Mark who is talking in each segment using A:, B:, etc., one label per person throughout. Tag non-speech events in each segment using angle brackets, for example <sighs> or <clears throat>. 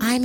A: I'm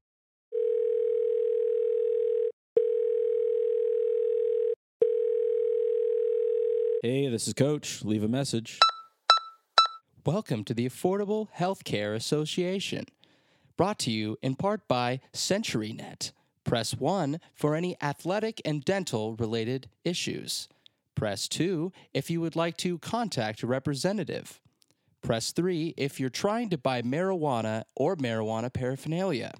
B: Hey, this is Coach. Leave a message.
C: Welcome to the Affordable Healthcare Association, brought to you in part by CenturyNet. Press 1 for any athletic and dental related issues. Press 2 if you would like to contact a representative. Press 3 if you're trying to buy marijuana or marijuana paraphernalia.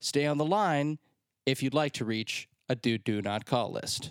C: Stay on the line if you'd like to reach a do do not call list.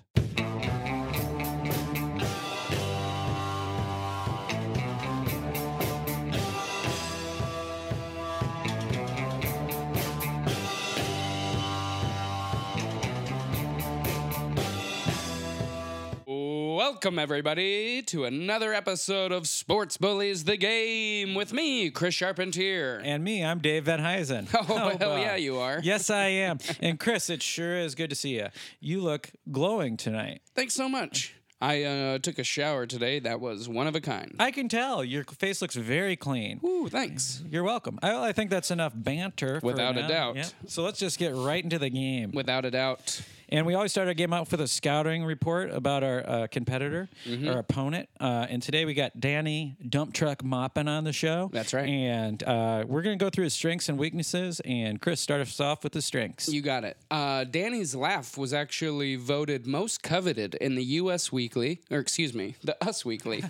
D: Welcome, everybody, to another episode of Sports Bullies the Game with me, Chris Charpentier.
E: And me, I'm Dave Van Huysen.
D: <laughs> Oh, hell yeah, you are.
E: Yes,
D: <laughs>
E: I am. and Chris, it sure is good to see you. You look glowing tonight.
D: Thanks so much. I uh, took a shower today that was one of a kind.
E: I can tell your face looks very clean.
D: Ooh, thanks.
E: You're welcome. I, I think that's enough banter. for
D: Without a
E: now.
D: doubt.
E: Yeah. So let's just get right into the game.
D: Without a doubt.
E: And we always start our game out with a scouting report about our uh, competitor,
D: Mm-hmm.
E: our opponent. Uh, and today we got Danny Dump Truck Moppin on the show.
D: That's right.
E: And uh, we're going to go through his strengths and weaknesses. And Chris, start us off with the strengths.
D: You got it. Uh, Danny's laugh was actually voted most coveted in the U.S. Weekly, or excuse me, the Us Weekly.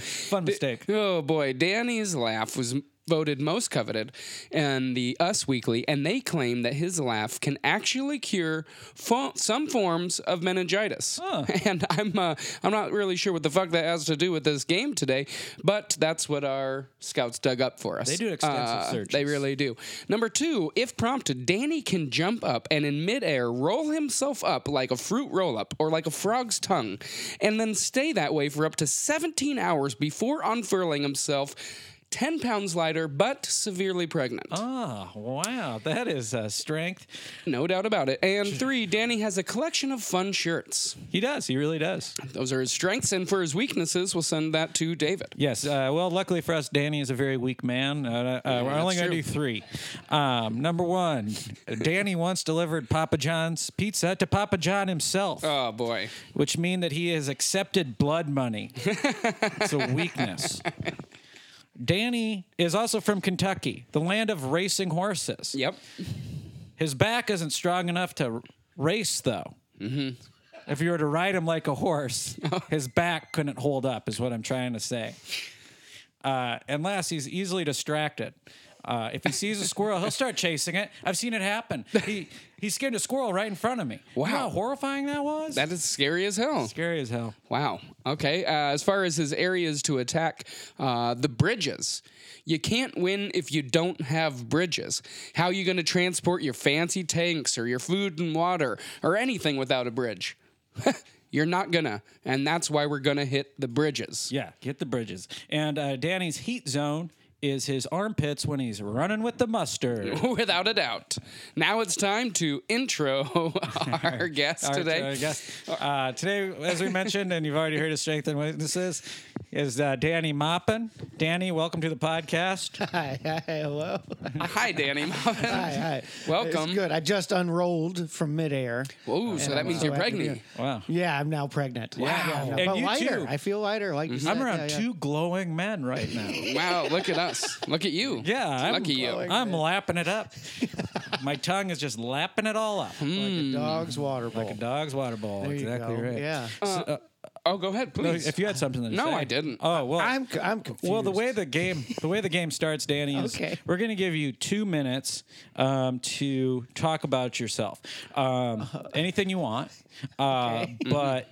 E: Fun mistake.
D: Oh boy, Danny's laugh was m- voted most coveted in the Us Weekly, and they claim that his laugh can actually cure fo- some forms of meningitis. <laughs> And I'm uh, I'm not really sure what the fuck that has to do with this game today, but that's what our scouts dug up for us.
E: They do extensive searches.
D: Uh, They really do. Number two, if prompted, Danny can jump up and in midair roll himself up like a fruit roll up or like a frog's tongue, and then stay that way for up to 17 hours before unfurling himself 10 pounds lighter but severely pregnant.
E: Ah, wow. That is uh, strength.
D: No doubt about it. And three, Danny has a collection of fun shirts.
E: He does. He really does.
D: Those are his strengths, and for his weaknesses, we'll send that to David.
E: Yes. Uh, well, luckily for us, Danny is a very weak man. Uh, uh, we're only
D: that's
E: going to do three. Um, number one, Danny once delivered Papa John's pizza to Papa John himself,
D: Oh boy.
E: which mean that he has accepted blood money. it's
D: <laughs>
E: a weakness. Danny is also from Kentucky, the land of racing horses.
D: Yep.
E: His back isn't strong enough to r- race, though.
D: Mm-hmm.
E: If you were to ride him like a
D: <laughs>
E: horse, his back couldn't hold up, is what I'm trying to say. Uh, and last, he's easily distracted. Uh, if he sees a squirrel, he'll start chasing it. I've seen it happen. He he skinned a squirrel right in front of me. Wow, how horrifying that was!
D: That is scary as hell.
E: scary as hell.
D: Wow. Okay. Uh, as far as his areas to attack, uh, the bridges. You can't win if you don't have bridges. How are you going to transport your fancy tanks or your food and water or anything without a bridge? <laughs> You're not going to. And that's why we're going to hit the bridges. <laughs>
E: Yeah, get the bridges. And uh, Danny's heat zone is his armpits when he's running with the mustard.
D: Without a doubt. Now it's time to intro <laughs> our
F: <laughs>
D: guest
E: All right,
D: today.
E: so I guess, uh, today, as we mentioned, and you've already heard his strength and weaknesses, is uh, Danny Maupin. Danny, welcome to the podcast.
F: Hi, hi,
E: <laughs>
F: hello.
D: Hi,
F: <laughs>
D: Danny.
F: Hi, hi.
D: <laughs> Welcome.
F: It's good. I just unrolled from midair.
D: Whoa, so that means
F: so
D: you're
F: I can
D: pregnant.
E: Wow.
F: Yeah, I'm now pregnant. Wow. Yeah, no,
E: And
F: but
E: you
F: lighter.
E: too. Mm-hmm.
F: I feel lighter. Like you said.
E: I'm around
F: Yeah, yeah.
E: two glowing men right now.
D: Wow, look at us. Look at
F: <laughs>
D: you.
E: Yeah, I'm
D: Lucky you.
F: glowing.
E: I'm lapping it up. My tongue is just lapping it all up.
F: Like a dog's water bowl.
E: Mm. Like a dog's water bowl.
F: Hmm. There you
E: exactly
F: go.
E: right.
F: Yeah.
D: Oh, go ahead,
E: So
D: please.
E: If you had something to
D: No,
E: say.
D: I didn't.
E: Oh, well.
F: I'm c- I'm confused.
E: Well, the way the game the way the game starts, Danny, is
F: Okay.
E: we're going to give you two minutes um, to talk about yourself, um, anything you want, uh, but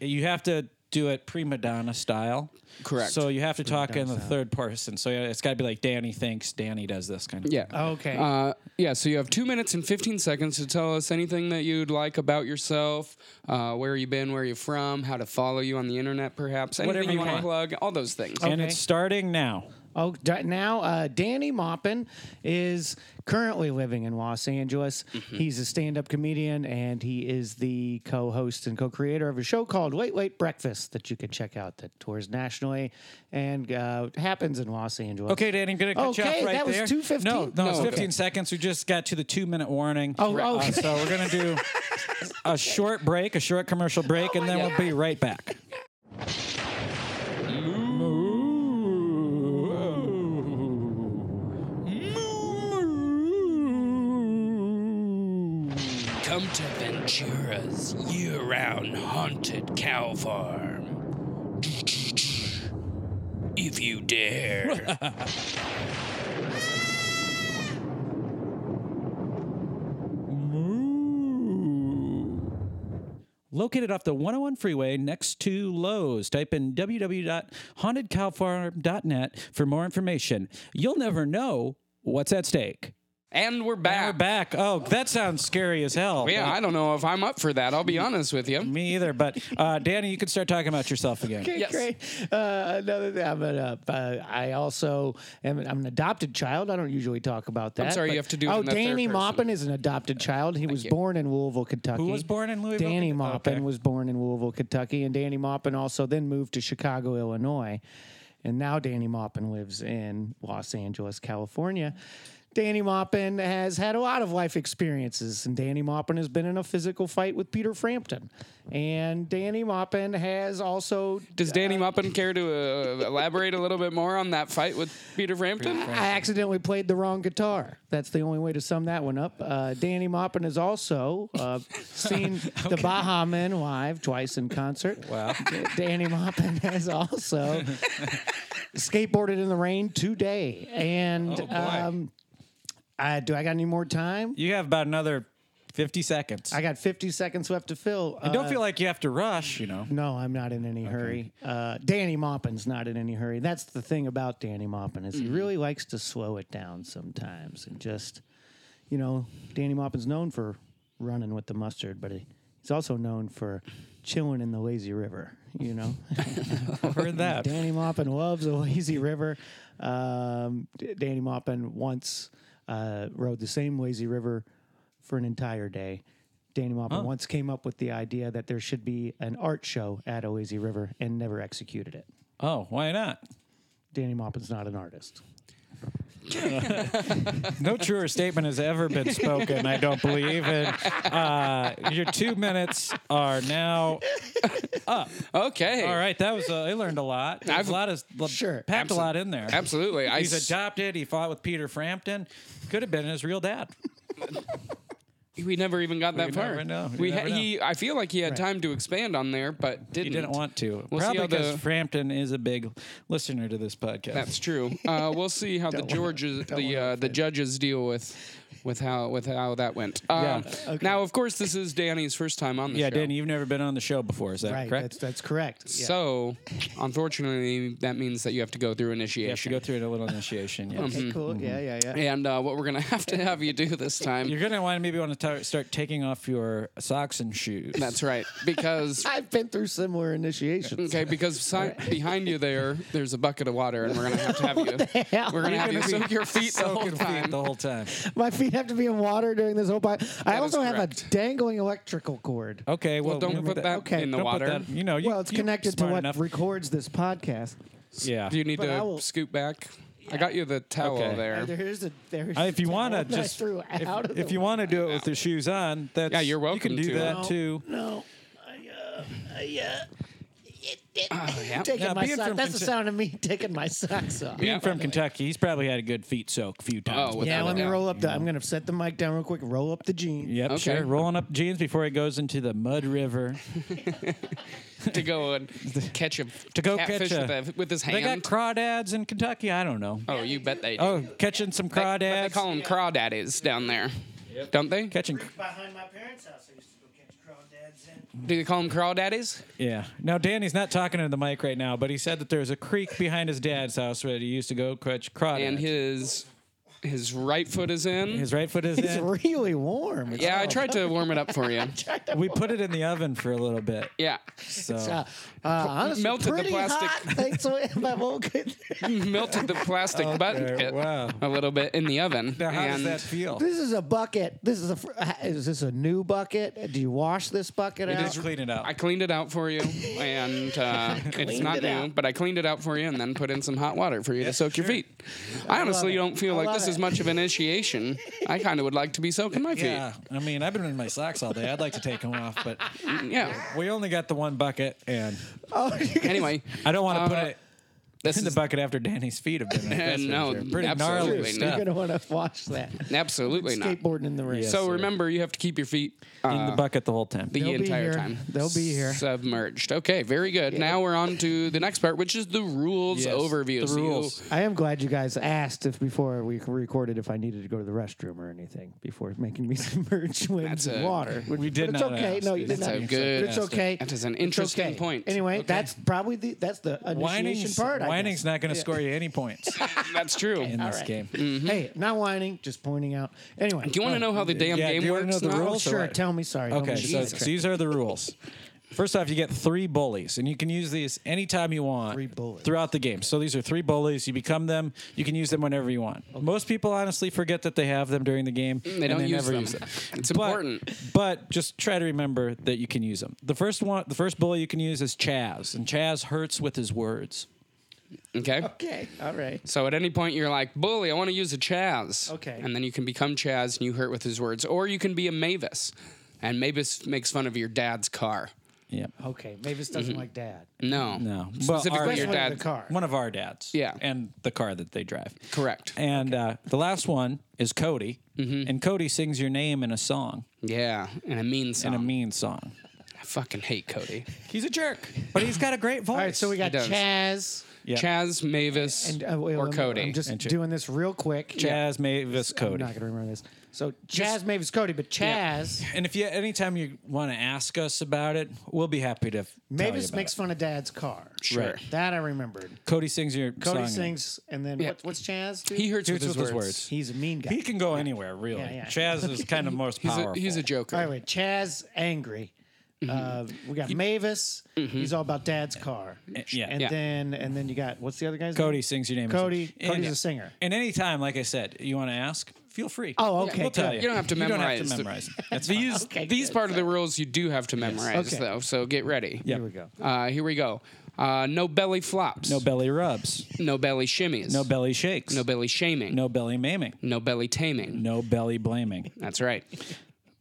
E: you have to do it prima donna style.
D: Correct.
E: So you have to talk in the third person. So yeah, it's got to be like Danny thinks, Danny does this kind of.
D: Yeah.
F: Oh, Okay.
D: Uh, yeah, so you have two minutes and 15 seconds to tell us anything that you'd like about yourself, uh, where you've been, where you're from, how to follow you on the internet, perhaps, anything
E: Whatever you
D: you want to
E: want.
D: plug, all those things.
E: And it's starting now.
F: Oh, da- now uh, Danny Maupin is currently living in Los Angeles. He's a stand-up comedian, and he is the co-host and co-creator of a show called Late Late Breakfast that you can check out that tours nationally and uh, happens in Los Angeles.
E: Okay, Danny, I'm gonna cut you
F: Okay,
E: off right
F: that was
E: there.
F: 2:15.
E: No, no, it's
D: No, okay.
E: 15 seconds. We just got to the two minute warning.
F: Oh,
E: Uh,
F: okay.
E: so we're gonna do a short break, a short commercial break, and then we'll be right back.
D: Come to Ventura's year round haunted cow farm. If you dare.
E: Located off the 101 freeway next to Lowe's. Type in www.hauntedcowfarm.net for more information. You'll never know what's at stake.
D: and we're back.
E: We're back. Oh, that sounds scary as hell.
D: Yeah, I don't know if I'm up for that. I'll be honest with you.
E: Me either. But uh, Danny, you can start talking about yourself again.
F: Okay,
D: Yes.
F: great. Uh, another thing, I'm an, uh, uh, I also am. I'm an adopted child. I don't usually talk about that.
D: sorry,
F: but-
D: you have to do it
F: Oh,
D: in the third
F: Danny
D: person.
F: Maupin is an adopted child. He was born in Louisville, Kentucky.
E: was born in Louisville,
F: Danny
E: Kentucky?
F: Maupin
E: Okay.
F: was born in Louisville, Kentucky, and Danny Maupin also then moved to Chicago, Illinois, and now Danny Maupin lives in Los Angeles, California. Danny Maupin has had a lot of life experiences, and Danny Maupin has been in a physical fight with Peter Frampton. And Danny Maupin has also
D: Does Danny Maupin care to uh, elaborate a little bit more on that fight with Peter Frampton?
F: I accidentally played the wrong guitar. That's the only way to sum that one up. Uh, Danny Maupin has also
E: <laughs>
F: uh, seen the Baha Men live twice in concert. Wow. Danny Maupin <laughs>
E: <laughs>
F: has also skateboarded in the rain today. And
E: Oh,
F: um, I, do I got any more time?
E: You have about another 50 seconds.
F: I got 50 seconds left to fill. Uh,
E: don't feel like you have to rush, you know.
F: no, I'm not in any hurry. Uh, Danny Maupin's not in any hurry. That's the thing about Danny Maupin is he really likes to slow it down sometimes and just, you know, Danny Maupin's known for running with the mustard, but he, he's also known for chilling in the lazy river. You know, <laughs>
E: I've heard
D: <laughs>
E: that.
F: Danny Maupin loves a lazy river. Um, D- Danny Maupin once uh, rode the same lazy river for an entire day. Danny Maupin once came up with the idea that there should be an art show at a lazy river and never executed it.
E: Oh, why not?
F: Danny Maupin's not an artist.
E: No truer statement has ever been spoken, I don't believe. And uh, your two minutes are now.
D: Okay.
E: All right, that was. Uh, I learned a lot. There was
D: I've-
E: a lot of
F: Sure.
E: packed a lot in there.
D: Absolutely. I
E: He's
D: s-
E: adopted. He fought with Peter Frampton. Could have been his real dad.
D: we never even got that far.
E: never know. We
D: We ha-
E: never know.
D: he I feel like he had time to expand on there, but didn't.
E: He didn't want to.
D: We'll see
E: Probably
D: how
E: because
D: the-
E: Frampton is a big listener to this podcast.
D: That's true.
E: <laughs>
D: Uh, we'll see how the Georges, the uh, the judges deal with with how with how that went. Um, Now, of course, this is Danny's first time on the
E: yeah,
D: show.
E: Danny, you've never been on the show before, is that
F: Right.
E: correct?
F: That's that's correct. Yeah.
D: So, unfortunately, that means that you have to go through
E: you have to
D: initiation.
E: go through a little initiation.
D: Um,
E: Yes.
F: Okay, cool. Yeah, yeah, yeah.
D: and uh, what we're gonna have to have you do
E: <laughs>
D: this time.
E: You're gonna want to maybe want to tar- start taking off your socks and shoes.
D: That's right, because
E: <laughs>
F: I've been through similar initiations.
D: Okay, because si- behind you there, there's a bucket of water, and we're gonna
E: <laughs>
D: have to have you.
F: hell?
D: We're gonna have you soak your feet the whole
E: Soaking feet
D: time.
E: the whole time.
F: My feet have to be in water during this whole. Bi- I
D: is
F: also have a
D: correct.
F: dangling electrical cord.
E: Okay, well,
D: Well, don't
E: remember
D: put that
F: Okay.
D: in the
E: don't put
D: water.
E: that- you know, Oh, you,
F: well, it's
E: you're
F: connected to
E: smart
F: what
E: enough.
F: records this podcast.
E: yeah.
D: Do you need
F: But I
D: to
F: will-
D: scoot back? I got you the towel
E: Okay.
D: <laughs> there.
F: There's a there's.
E: Uh, if you want to
F: that I
E: just
F: threw
E: if,
F: out of
E: if
F: the
E: you want to do it with your shoes on, that's
D: Yeah, you're welcome
E: You can do
D: to.
E: that too.
F: no, I, uh, I, uh,
D: yeah.
F: <laughs> taking
E: Now,
F: my
E: being
F: sock.
E: from
F: That's
E: Kentucky-
F: the sound of me <laughs> taking my socks off.
E: Being from Kentucky, he's probably had a good feet soak a few times.
D: Oh,
E: but-
F: Yeah,
D: Without
F: let
D: a
F: me
D: doubt.
F: roll up the. I'm gonna set the mic down real quick. Roll up the jeans.
E: Yep,
D: Okay.
E: sure. Rolling up jeans before he goes into the mud river
D: to
E: <laughs>
D: go and catch a
E: to go
D: catfish
E: catch a,
D: with, a, with his
E: They got
D: hand.
E: crawdads in Kentucky. I don't know.
D: oh, you bet they do.
E: Oh, catching some
D: they, but they
E: crawdads.
D: call them crawdaddies down there, don't they?
E: catching
F: Behind my parents' house, I used to go catch
D: Do they call them crawdaddies?
E: Yeah. Now Danny's not talking into the mic right now, but he said that there's a creek behind his dad's house where he used to go catch crawdads.
D: And his his right foot is in.
E: his Oh. right foot is
F: It's
E: in.
F: really warm. It's
D: yeah, I tried to warm it up
E: <laughs>
D: for you.
E: We put it in the oven for a little bit.
D: Yeah,
E: So
F: Uh, uh, honestly,
D: melted the
F: pretty
D: plastic.
F: hot. That's what my whole good.
D: melted the plastic button pit
E: wow.
D: a little bit in the oven.
E: now how does
D: and
E: that feel?
F: <laughs> This is a bucket. This is a. fr- uh, Is this a new bucket? Do you wash this bucket out?
E: Just clean it up.
D: I cleaned it out for you, and
F: <laughs>
D: uh, it's not
F: it
D: new,
F: out.
D: but I cleaned it out for you, and then put in some hot water for you to soak your feet. I honestly
F: love it.
D: don't feel
F: I
D: like
F: love
D: this is
F: it.
D: much of an initiation. I kind of would like to be soaking my feet.
E: yeah. I mean, I've been in my socks all day. I'd like to take them off, but
D: Mm, yeah.
E: we only got the one bucket, and
F: Oh, <laughs>
D: Anyway,
E: I don't want to put it
D: Uh, this
E: in the
D: is
E: bucket after Danny's feet have been. in it, that's for
D: <laughs> no,
E: sure. pretty gnarly
D: absolutely
E: stuff.
F: You're gonna want to wash that.
D: absolutely not.
F: Skateboarding in the rain.
E: Yes.
D: So
E: sir.
D: remember, you have to keep your feet uh,
E: in the bucket the whole time.
D: the
F: They'll be
D: entire
F: here.
D: time.
F: They'll be here.
D: Submerged. Okay, very good. Now we're on to the next part, which is the rules
E: Yes,
D: overview.
E: the
D: So you-
E: rules.
F: I am glad you guys asked if before we recorded if I needed to go to the restroom or anything before making me <laughs> submerge
D: That's
F: wins in
D: a-
F: water. which-
E: We did
F: but
E: not
F: It's okay.
E: ask.
F: No, you did
D: That's
F: not.
D: a
F: ask.
D: good-
F: But it's okay.
D: That is an
F: It's
D: interesting
F: okay.
D: point.
F: Anyway, that's probably the that's the initiation
E: Whining's,
F: part. I guess.
E: whining's not going to score you any points
D: that's true.
F: <laughs>
E: in this game.
F: Hey, not whining, just pointing out. Anyway,
D: Mm-hmm. Do you want to know how the damn
E: Yeah, do
D: game
E: you wanna
D: works?
E: know the
D: now?
E: rules?
F: Oh,
E: Also,
F: sure.
E: I-
F: Tell me. Sorry.
E: Okay,
F: Don't
E: so
F: be
E: so
F: sidetracked.
E: these are the rules. First off, you get three bullies, and you can use these anytime you want
F: Three bullies.
E: throughout the game. So these are three bullies. You become them. You can use them whenever you want. Most people honestly forget that they have them during the game.
D: Mm, They don't
E: and they
D: use
E: never
D: them.
E: use them.
D: <laughs> It's
E: But-
D: important.
E: But just try to remember that you can use them. The first one, the first bully you can use is Chaz, and Chaz hurts with his words.
D: Okay.
F: okay. All right.
D: So at any point you're like, bully, I want to use a Chaz.
F: Okay.
D: And then you can become Chaz and you hurt with his words. Or you can be a Mavis. And Mavis makes fun of your dad's car.
E: Yeah.
F: Okay. Mavis doesn't like dad.
D: No.
E: No. Well,
D: Specifically
E: our-
D: Mm-hmm. your
F: Especially
D: dad.
F: the car.
E: One of our dads.
D: Yeah.
E: And the car that they drive.
D: Correct.
E: And uh, the last one is Cody.
F: Mm-hmm.
E: And Cody sings your name in a song,
D: Yeah. And a mean song.
E: in
F: Oh.
E: a mean song.
D: I fucking hate Cody.
E: He's a jerk, but he's got a great voice.
F: All right. So we got
D: does.
F: Chaz
E: <laughs> Yeah.
D: Chaz, Mavis,
F: and uh, wait,
D: or
F: I'm-
D: Cody.
F: I'm just
E: And Ch-
F: doing this real quick.
E: Chaz Mavis
F: I'm
E: Cody.
F: not gonna remember this. So Chaz Mavis Cody, but
E: <laughs>
F: Chaz
E: And if you anytime you want to ask us about it, we'll be happy to.
F: Mavis makes fun of Dad's car.
D: Sure.
F: That I remembered.
E: Cody sings your
F: Cody
E: song.
F: sings, and then what, what's Chaz? Do?
D: he hurts
E: He
D: with, his, words.
F: He's a mean guy.
E: He can go anywhere, really.
F: yeah.
E: Chaz is
F: <laughs>
E: kind of most
D: He's,
E: powerful.
D: a, he's a joker.
F: All right, wait. Chaz angry. Uh, we got Mavis. He's all about Dad's car.
E: Eh, yeah.
F: And
E: Yeah.
F: then and then you got what's the other guy's
E: Cody
F: name?
E: sings your name.
F: Cody.
E: And-
F: Cody's a singer.
E: And anytime, like I said, you want to ask, feel free.
F: Oh, okay,
E: We'll tell
F: good.
E: you.
D: You don't have to memorize.
E: You don't have to
D: <laughs>
E: memorize.
F: <laughs>
E: That's fine.
D: These
F: Okay,
D: these
F: good.
D: part of the rules you do have to memorize
F: Okay.
D: though, so get ready.
E: Yeah.
F: Here we go.
D: Uh, here we go. Uh, no belly flops.
E: No belly rubs.
D: No belly shimmies.
E: No belly shakes.
D: No belly shaming.
E: No belly maiming.
D: No belly taming.
E: No belly blaming.
D: That's right.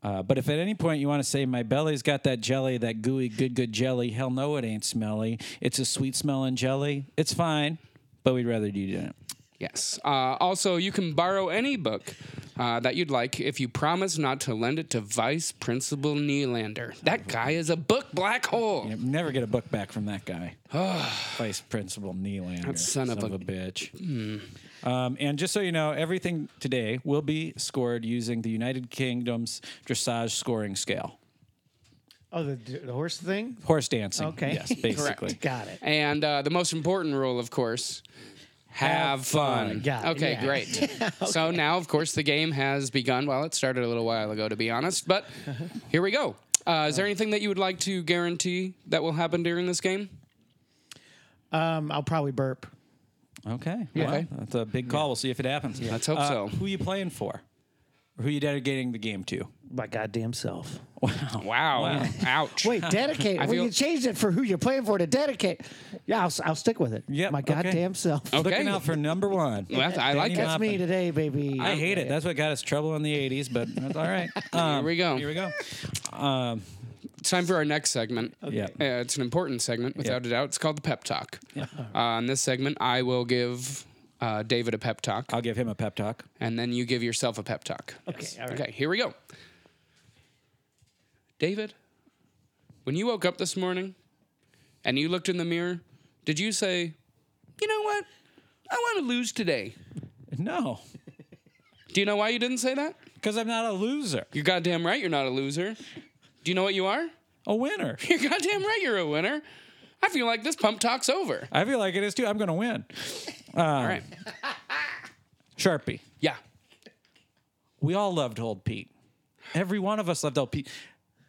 E: Uh, but if at any point you want to say, my belly's got that jelly, that gooey, good, good jelly, hell no, it ain't smelly. It's a sweet smelling jelly. It's fine, but we'd rather you didn't.
D: Yes. Uh, also, you can borrow any book uh, that you'd like if you promise not to lend it to Vice Principal Nylander. That guy is a book black hole.
E: You never get a book back from that
D: <sighs>
E: guy. Vice Principal Nylander. That
D: Ah. son of a- Hmm.
E: bitch. Um, and just so you know, everything today will be scored using the United Kingdom's dressage scoring scale.
F: Oh, the, the horse thing.
E: Horse dancing.
F: Okay. <laughs>
E: Yes, basically.
F: Got it.
D: And uh, the most important rule, of course, have,
E: Have
D: fun.
E: fun.
F: Got it,
D: okay,
F: yeah.
D: great. So now, of course, the game has begun. Well, it started a little while ago, to be honest, but here we go. Uh, is there anything that you would like to guarantee that will happen during this game?
F: Um, I'll probably burp.
E: Okay. Yeah.
D: Okay.
E: that's a big call. We'll see if it happens.
D: Let's hope
E: Uh,
D: so.
E: Who you playing for? Or who you dedicating the game to?
F: My goddamn self.
D: Wow. Ouch.
F: <laughs> Wait, dedicate. well,
D: feel-
F: you changed it for who you're playing for to dedicate. Yeah, I'll, s- I'll stick with it.
E: Yep,
F: My
E: okay.
F: goddamn self.
D: Okay.
E: Looking out for number one.
D: Well, that's- I like
E: Danny
D: it.
F: That's
E: Maupin.
F: me today, baby.
E: I hate it. That's what got us trouble in the '80s, but that's all
D: <laughs>
E: right. Um,
D: we go.
E: Here we go.
D: It's time for our next segment.
E: Yeah.
D: Uh, it's an important segment, without a doubt. It's called the pep talk. Uh, in this segment, I will give uh, David a pep talk,
E: I'll give him a pep talk.
D: and then you give yourself a pep talk.
F: Okay, all right.
D: Okay, here we go. David, when you woke up this morning and you looked in the mirror, did you say, you know what? I want to lose today.
E: No,
D: Do you know why you didn't say that?
E: because I'm not a loser.
D: You're goddamn right you're not a loser. Do you know what you are? <laughs>
E: A winner.
D: You're goddamn right you're a winner. I feel like this pump talk's over.
E: I feel like it is too. I'm going to win.
D: All right.
E: Sharpie.
D: Yeah.
E: We all loved old Pete. Every one of us loved old Pete.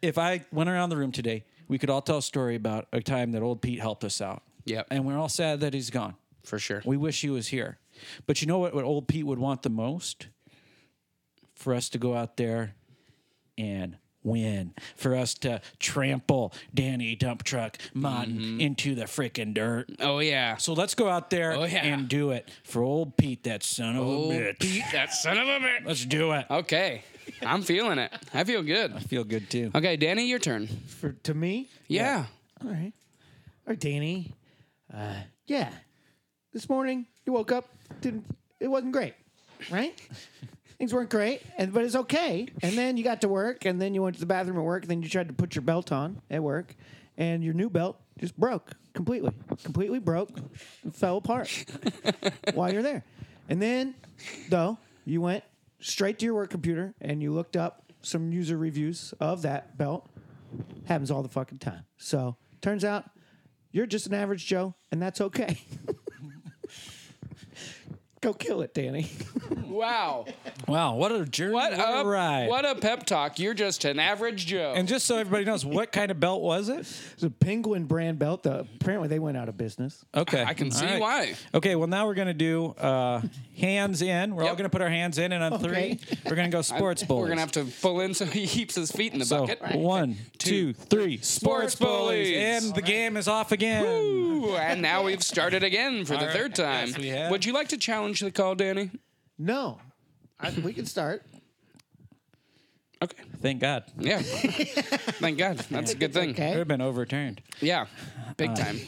E: If I went around the room today, we could all tell a story about a time that old Pete helped us out.
D: Yep.
E: And we're all sad that he's gone.
D: For sure.
E: We wish he was here. But you know what, what old Pete would want the most? For us to go out there and win. For us to trample Danny Dump Truck Martin into the freaking dirt.
D: Oh yeah.
E: So let's go out there
D: Oh, yeah.
E: and do it for old Pete, that son of
D: Oh,
E: a bitch.
D: Pete, that son of a bitch.
E: Let's do it.
D: Okay. I'm feeling it. I feel good.
E: Feel good too.
D: Okay, Danny, your turn.
F: For to me,
D: Yeah.
F: all right, all right, Danny. Uh, yeah, this morning you woke up, didn't it wasn't great, right? Things weren't great, and but it's okay. And then you got to work, and then you went to the bathroom at work, and then you tried to put your belt on at work, and your new belt just broke completely, completely broke, and fell apart while you're there. And then, though, you went straight to your work computer and you looked up some user reviews of that belt. Happens all the fucking time. So turns out you're just an average Joe, and that's okay. <laughs> Go kill it, Danny. <laughs>
D: Wow.
E: Wow, what a journey.
D: What
E: what
D: a
E: a ride.
D: what a pep talk. You're just an average Joe.
E: and just so everybody knows, what kind of belt was it?
F: It's a penguin brand belt. Though. Apparently, they went out of business.
E: Okay.
D: I can see
E: All right.
D: why.
E: Okay, well, now we're going to do uh, hands in. We're all
D: Yep.
E: going to put our hands in, and on
F: Okay.
E: three, we're
D: <laughs>
E: going to go sports bowls.
D: We're gonna have to pull in so <laughs> he keeps his feet in the
E: so,
D: bucket.
E: one, two, three,
D: Sports bullies.
E: And the game is off again.
D: Ooh, and now we've started again for the
E: right.
D: third time.
E: Yes, we have.
D: Would you like to challenge the call, Danny?
F: No, I, we can start.
D: Okay.
E: Thank God. <laughs>
D: Yeah. Thank God. That's a good thing.
E: It would
F: Okay.
E: have been overturned.
D: Yeah. Big time.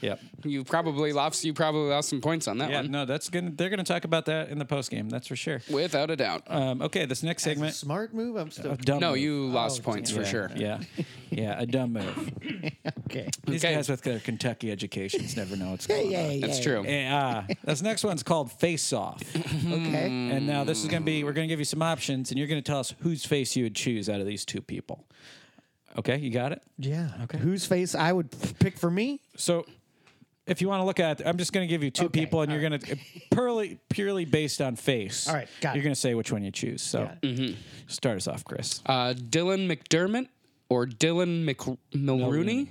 E: Yep.
D: You probably lost you probably lost some points on that
E: Yeah,
D: one.
E: no, that's gonna. They're gonna talk about that in the post game. That's for sure.
D: Without a doubt.
E: Um, okay, this next segment. Uh,
F: Smart move. I'm still
E: a dumb
D: no,
E: move.
D: you
F: Oh,
D: lost points for
E: Yeah,
D: sure.
E: <laughs> Yeah, yeah, a dumb move.
F: okay.
E: These
D: Okay.
E: guys with their Kentucky educations never know what's going
F: Yeah,
E: on.
F: yeah,
D: That's true.
E: Yeah, uh, this next one's called Face Off.
F: Okay.
E: And now this is going to be, we're going to give you some options and you're going to tell us whose face you would choose out of these two people. Okay, you got it?
F: Yeah. Okay. Whose face I would pick for me?
E: So if you want to look at it, I'm just going to give you two
F: Okay,
E: people and you're going to purely, purely based on face.
F: All right, got
E: You're
F: it.
E: going to say which one you choose. So
D: Mm-hmm.
E: start us off, Chris.
D: Uh, Dylan McDermott or Dylan Mc Milrooney?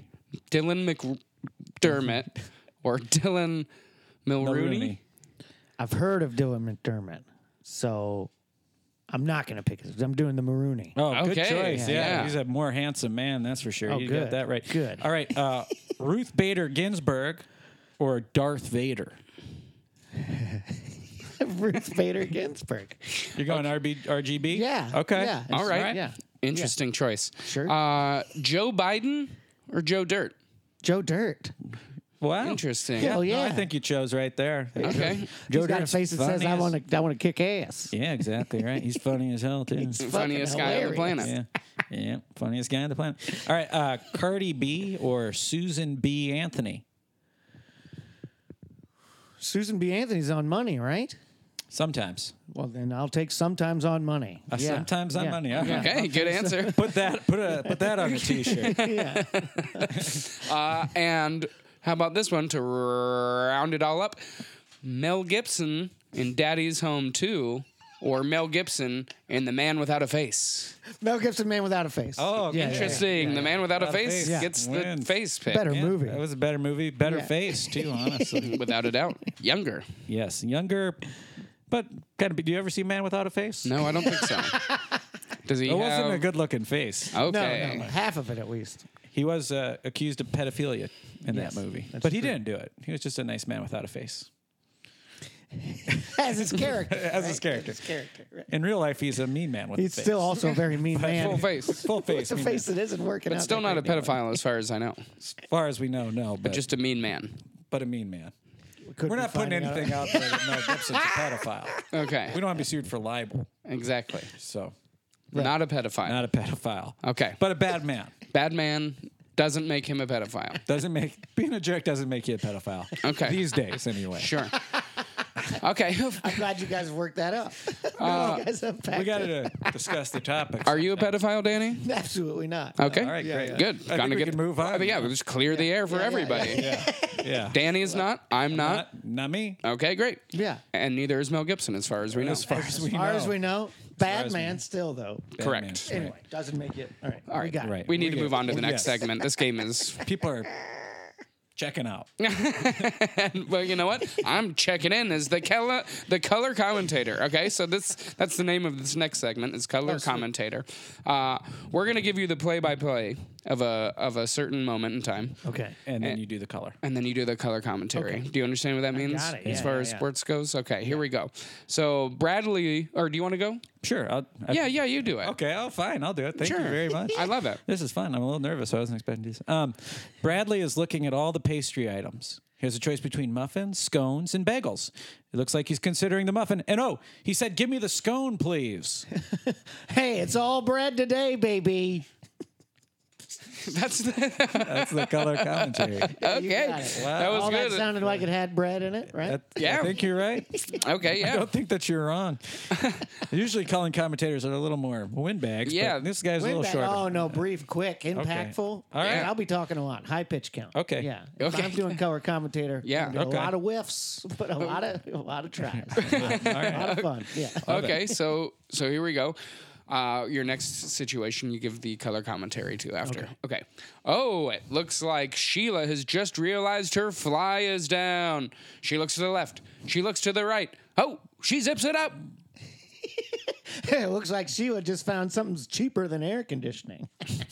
D: Dylan McDermott
F: <laughs>
D: or Dylan Milrooney?
E: Rooney.
F: I've heard of Dylan McDermott, so I'm not going to pick it. I'm doing the Maroonie.
E: Oh, good
D: Okay,
E: choice. Yeah,
D: yeah, yeah.
E: he's a more handsome man, that's for sure.
F: Oh,
E: you got
F: good,
E: that right.
F: good.
E: All right,
F: <laughs>
E: uh, Ruth Bader Ginsburg or Darth Vader?
F: <laughs> Ruth Bader Ginsburg.
E: You're going RB, RGB?
F: Yeah.
E: Okay.
F: Yeah.
D: All right.
F: Yeah.
D: Interesting choice.
F: Sure.
D: Uh, Joe Biden or Joe Dirt?
F: Joe Dirt.
E: Wow.
D: Interesting.
F: Oh,
E: No, I
F: yeah.
E: think you chose right there.
D: Okay.
F: He's got a
E: Dirt's
F: face that says
E: funny
F: I
E: as-
F: want to. I want to kick ass.
E: Yeah, exactly right. He's funny as hell too.
D: Funniest guy on the
F: hilarious.
D: planet.
E: yeah, yeah, funniest guy on the planet. All right, uh, Cardi B or Susan B. Anthony?
F: Susan B. Anthony's on money, right?
E: Sometimes,
F: Well, then I'll take sometimes on money.
E: Uh, sometimes on
F: Yeah.
E: money. All right.
D: Okay,
F: <laughs>
D: good answer.
E: Put that, put a, put that on a t-shirt.
F: yeah.
D: Uh, and how about this one to round it all up? Mel Gibson in Daddy's Home 2 or Mel Gibson in The Man Without a Face?
F: Mel Gibson, man without a face.
E: Oh,
F: yeah, yeah,
D: Interesting. The Man Without a Face
E: Yeah.
D: gets
E: Wins.
D: the face pick.
F: yeah. Better movie.
E: That was a better movie, better
F: Yeah.
E: face
F: <laughs>
E: too. Honestly,
D: Without a doubt. Younger.
E: yes, younger, but kind of. Do you ever see Man Without a Face?
D: No, I don't think so. Does he
E: It
D: have...
E: wasn't a good-looking face.
F: no,
D: Okay.
F: no, half of it at least. <laughs>
E: He was uh, accused of pedophilia in
F: Yes,
E: that movie, but
F: that's
E: he
F: true.
E: didn't do it. He was just a nice man without a face.
F: As his
E: <laughs>
F: character.
E: As his character.
F: His character. Right.
E: In real life, he's a mean man with
F: He's
E: a face.
F: still also a very mean man.
D: Full face.
E: <laughs> full face.
F: It's a
E: mean
F: face that isn't working out.
D: Still
F: that
D: not a
F: great.
D: pedophile as far as I know.
E: man. As far as we know, no, but,
D: Just a mean man.
E: but a mean man.
F: Could
E: We're
F: be
E: not putting
F: finding
E: anything out there that Mel Gibson's a pedophile.
D: Okay.
E: We don't want to be sued for libel,
D: Exactly.
E: so
D: Not a pedophile.
E: not a pedophile.
D: Okay.
E: but a bad man
D: Bad man doesn't make him a pedophile.
E: doesn't make being a jerk doesn't make you a pedophile. <laughs>
D: Okay.
E: these days anyway.
D: Sure. Okay.
F: I'm <laughs> glad you guys worked that <laughs> up. you guys unpacked
E: We got
F: it.
E: to discuss the topics.
D: Are you a pedophile, Danny?
F: Absolutely not.
D: Okay.
E: All right, great.
D: Good.
E: I think we can move on.
D: I think, yeah, we'll just clear the air for everybody.
E: yeah.
D: Danny is not. I'm not.
E: Not, not me.
D: Okay, great.
F: Yeah.
D: And neither is Mel Gibson, as far as we know.
E: As far as we
F: As far
E: know.
F: as we know, bad man still though.
D: Correct.
E: Batman.
F: Anyway, doesn't make it. All right.
D: All
F: We
D: right.
F: got it.
E: Right.
D: We need to move on to the next
E: yes.
D: segment. This game
F: <laughs>
D: is.
E: People are checking
D: <laughs>
E: out.
D: Well, you know what? I'm checking in as the color, the color commentator. Okay, so this that's the name of this next segment is
F: Oh,
D: color commentator. Uh, we're gonna give you the play by play of a of a certain moment in time.
F: Okay.
E: And then you do the color.
D: and then you do the color commentary. Do you understand what that means
F: got it.
D: as
F: Yeah,
D: far
F: yeah,
D: as
F: yeah.
D: sports goes? Okay, here we go. So Bradley, or do you want to go?
E: Sure. I'll, I-
D: Yeah, yeah, you do it.
E: Okay. Oh, fine. I'll do it. Thank you
D: Sure.
E: very much.
D: I love it. <laughs>
E: This is fun. I'm a little nervous. I wasn't expecting this. Um, Bradley is looking at all the pastry items. Here's a choice between muffins, scones, and bagels. It looks like he's considering the muffin. And oh, he said, "Give me the scone, please."
F: Hey, it's all bread today, baby.
D: That's the,
E: That's the color
D: <laughs>
E: commentary.
D: okay.
F: got it.
D: That was
F: all
D: good.
F: that sounded like it had bread in it, right?
E: That-
D: Yeah.
E: I think you're right.
D: okay,
E: I
D: <laughs> yeah.
E: don't think that you're wrong. Usually, color commentators are a little more windbags.
D: Yeah.
E: but this guy's a
F: Went
E: little
F: back-
E: shorter.
F: Oh no, brief, quick, impactful. All
E: right.
F: I'll be talking a lot. High pitch count.
E: Okay.
F: Yeah. If
D: Okay.
F: I'm doing color commentator.
D: Yeah.
F: I'm doing
E: Okay.
F: A lot of whiffs, <laughs> but a lot of a lot
E: <laughs>
F: of tries. A lot of fun. Yeah.
D: Okay, so so here we go. Uh, your next situation, you give the color commentary to after. Okay. Oh, it looks like Sheila has just realized her fly is down. She looks to the left. She looks to the right. Oh, she zips it up.
F: <laughs> it looks like Sheila just found something's cheaper than air conditioning. <laughs>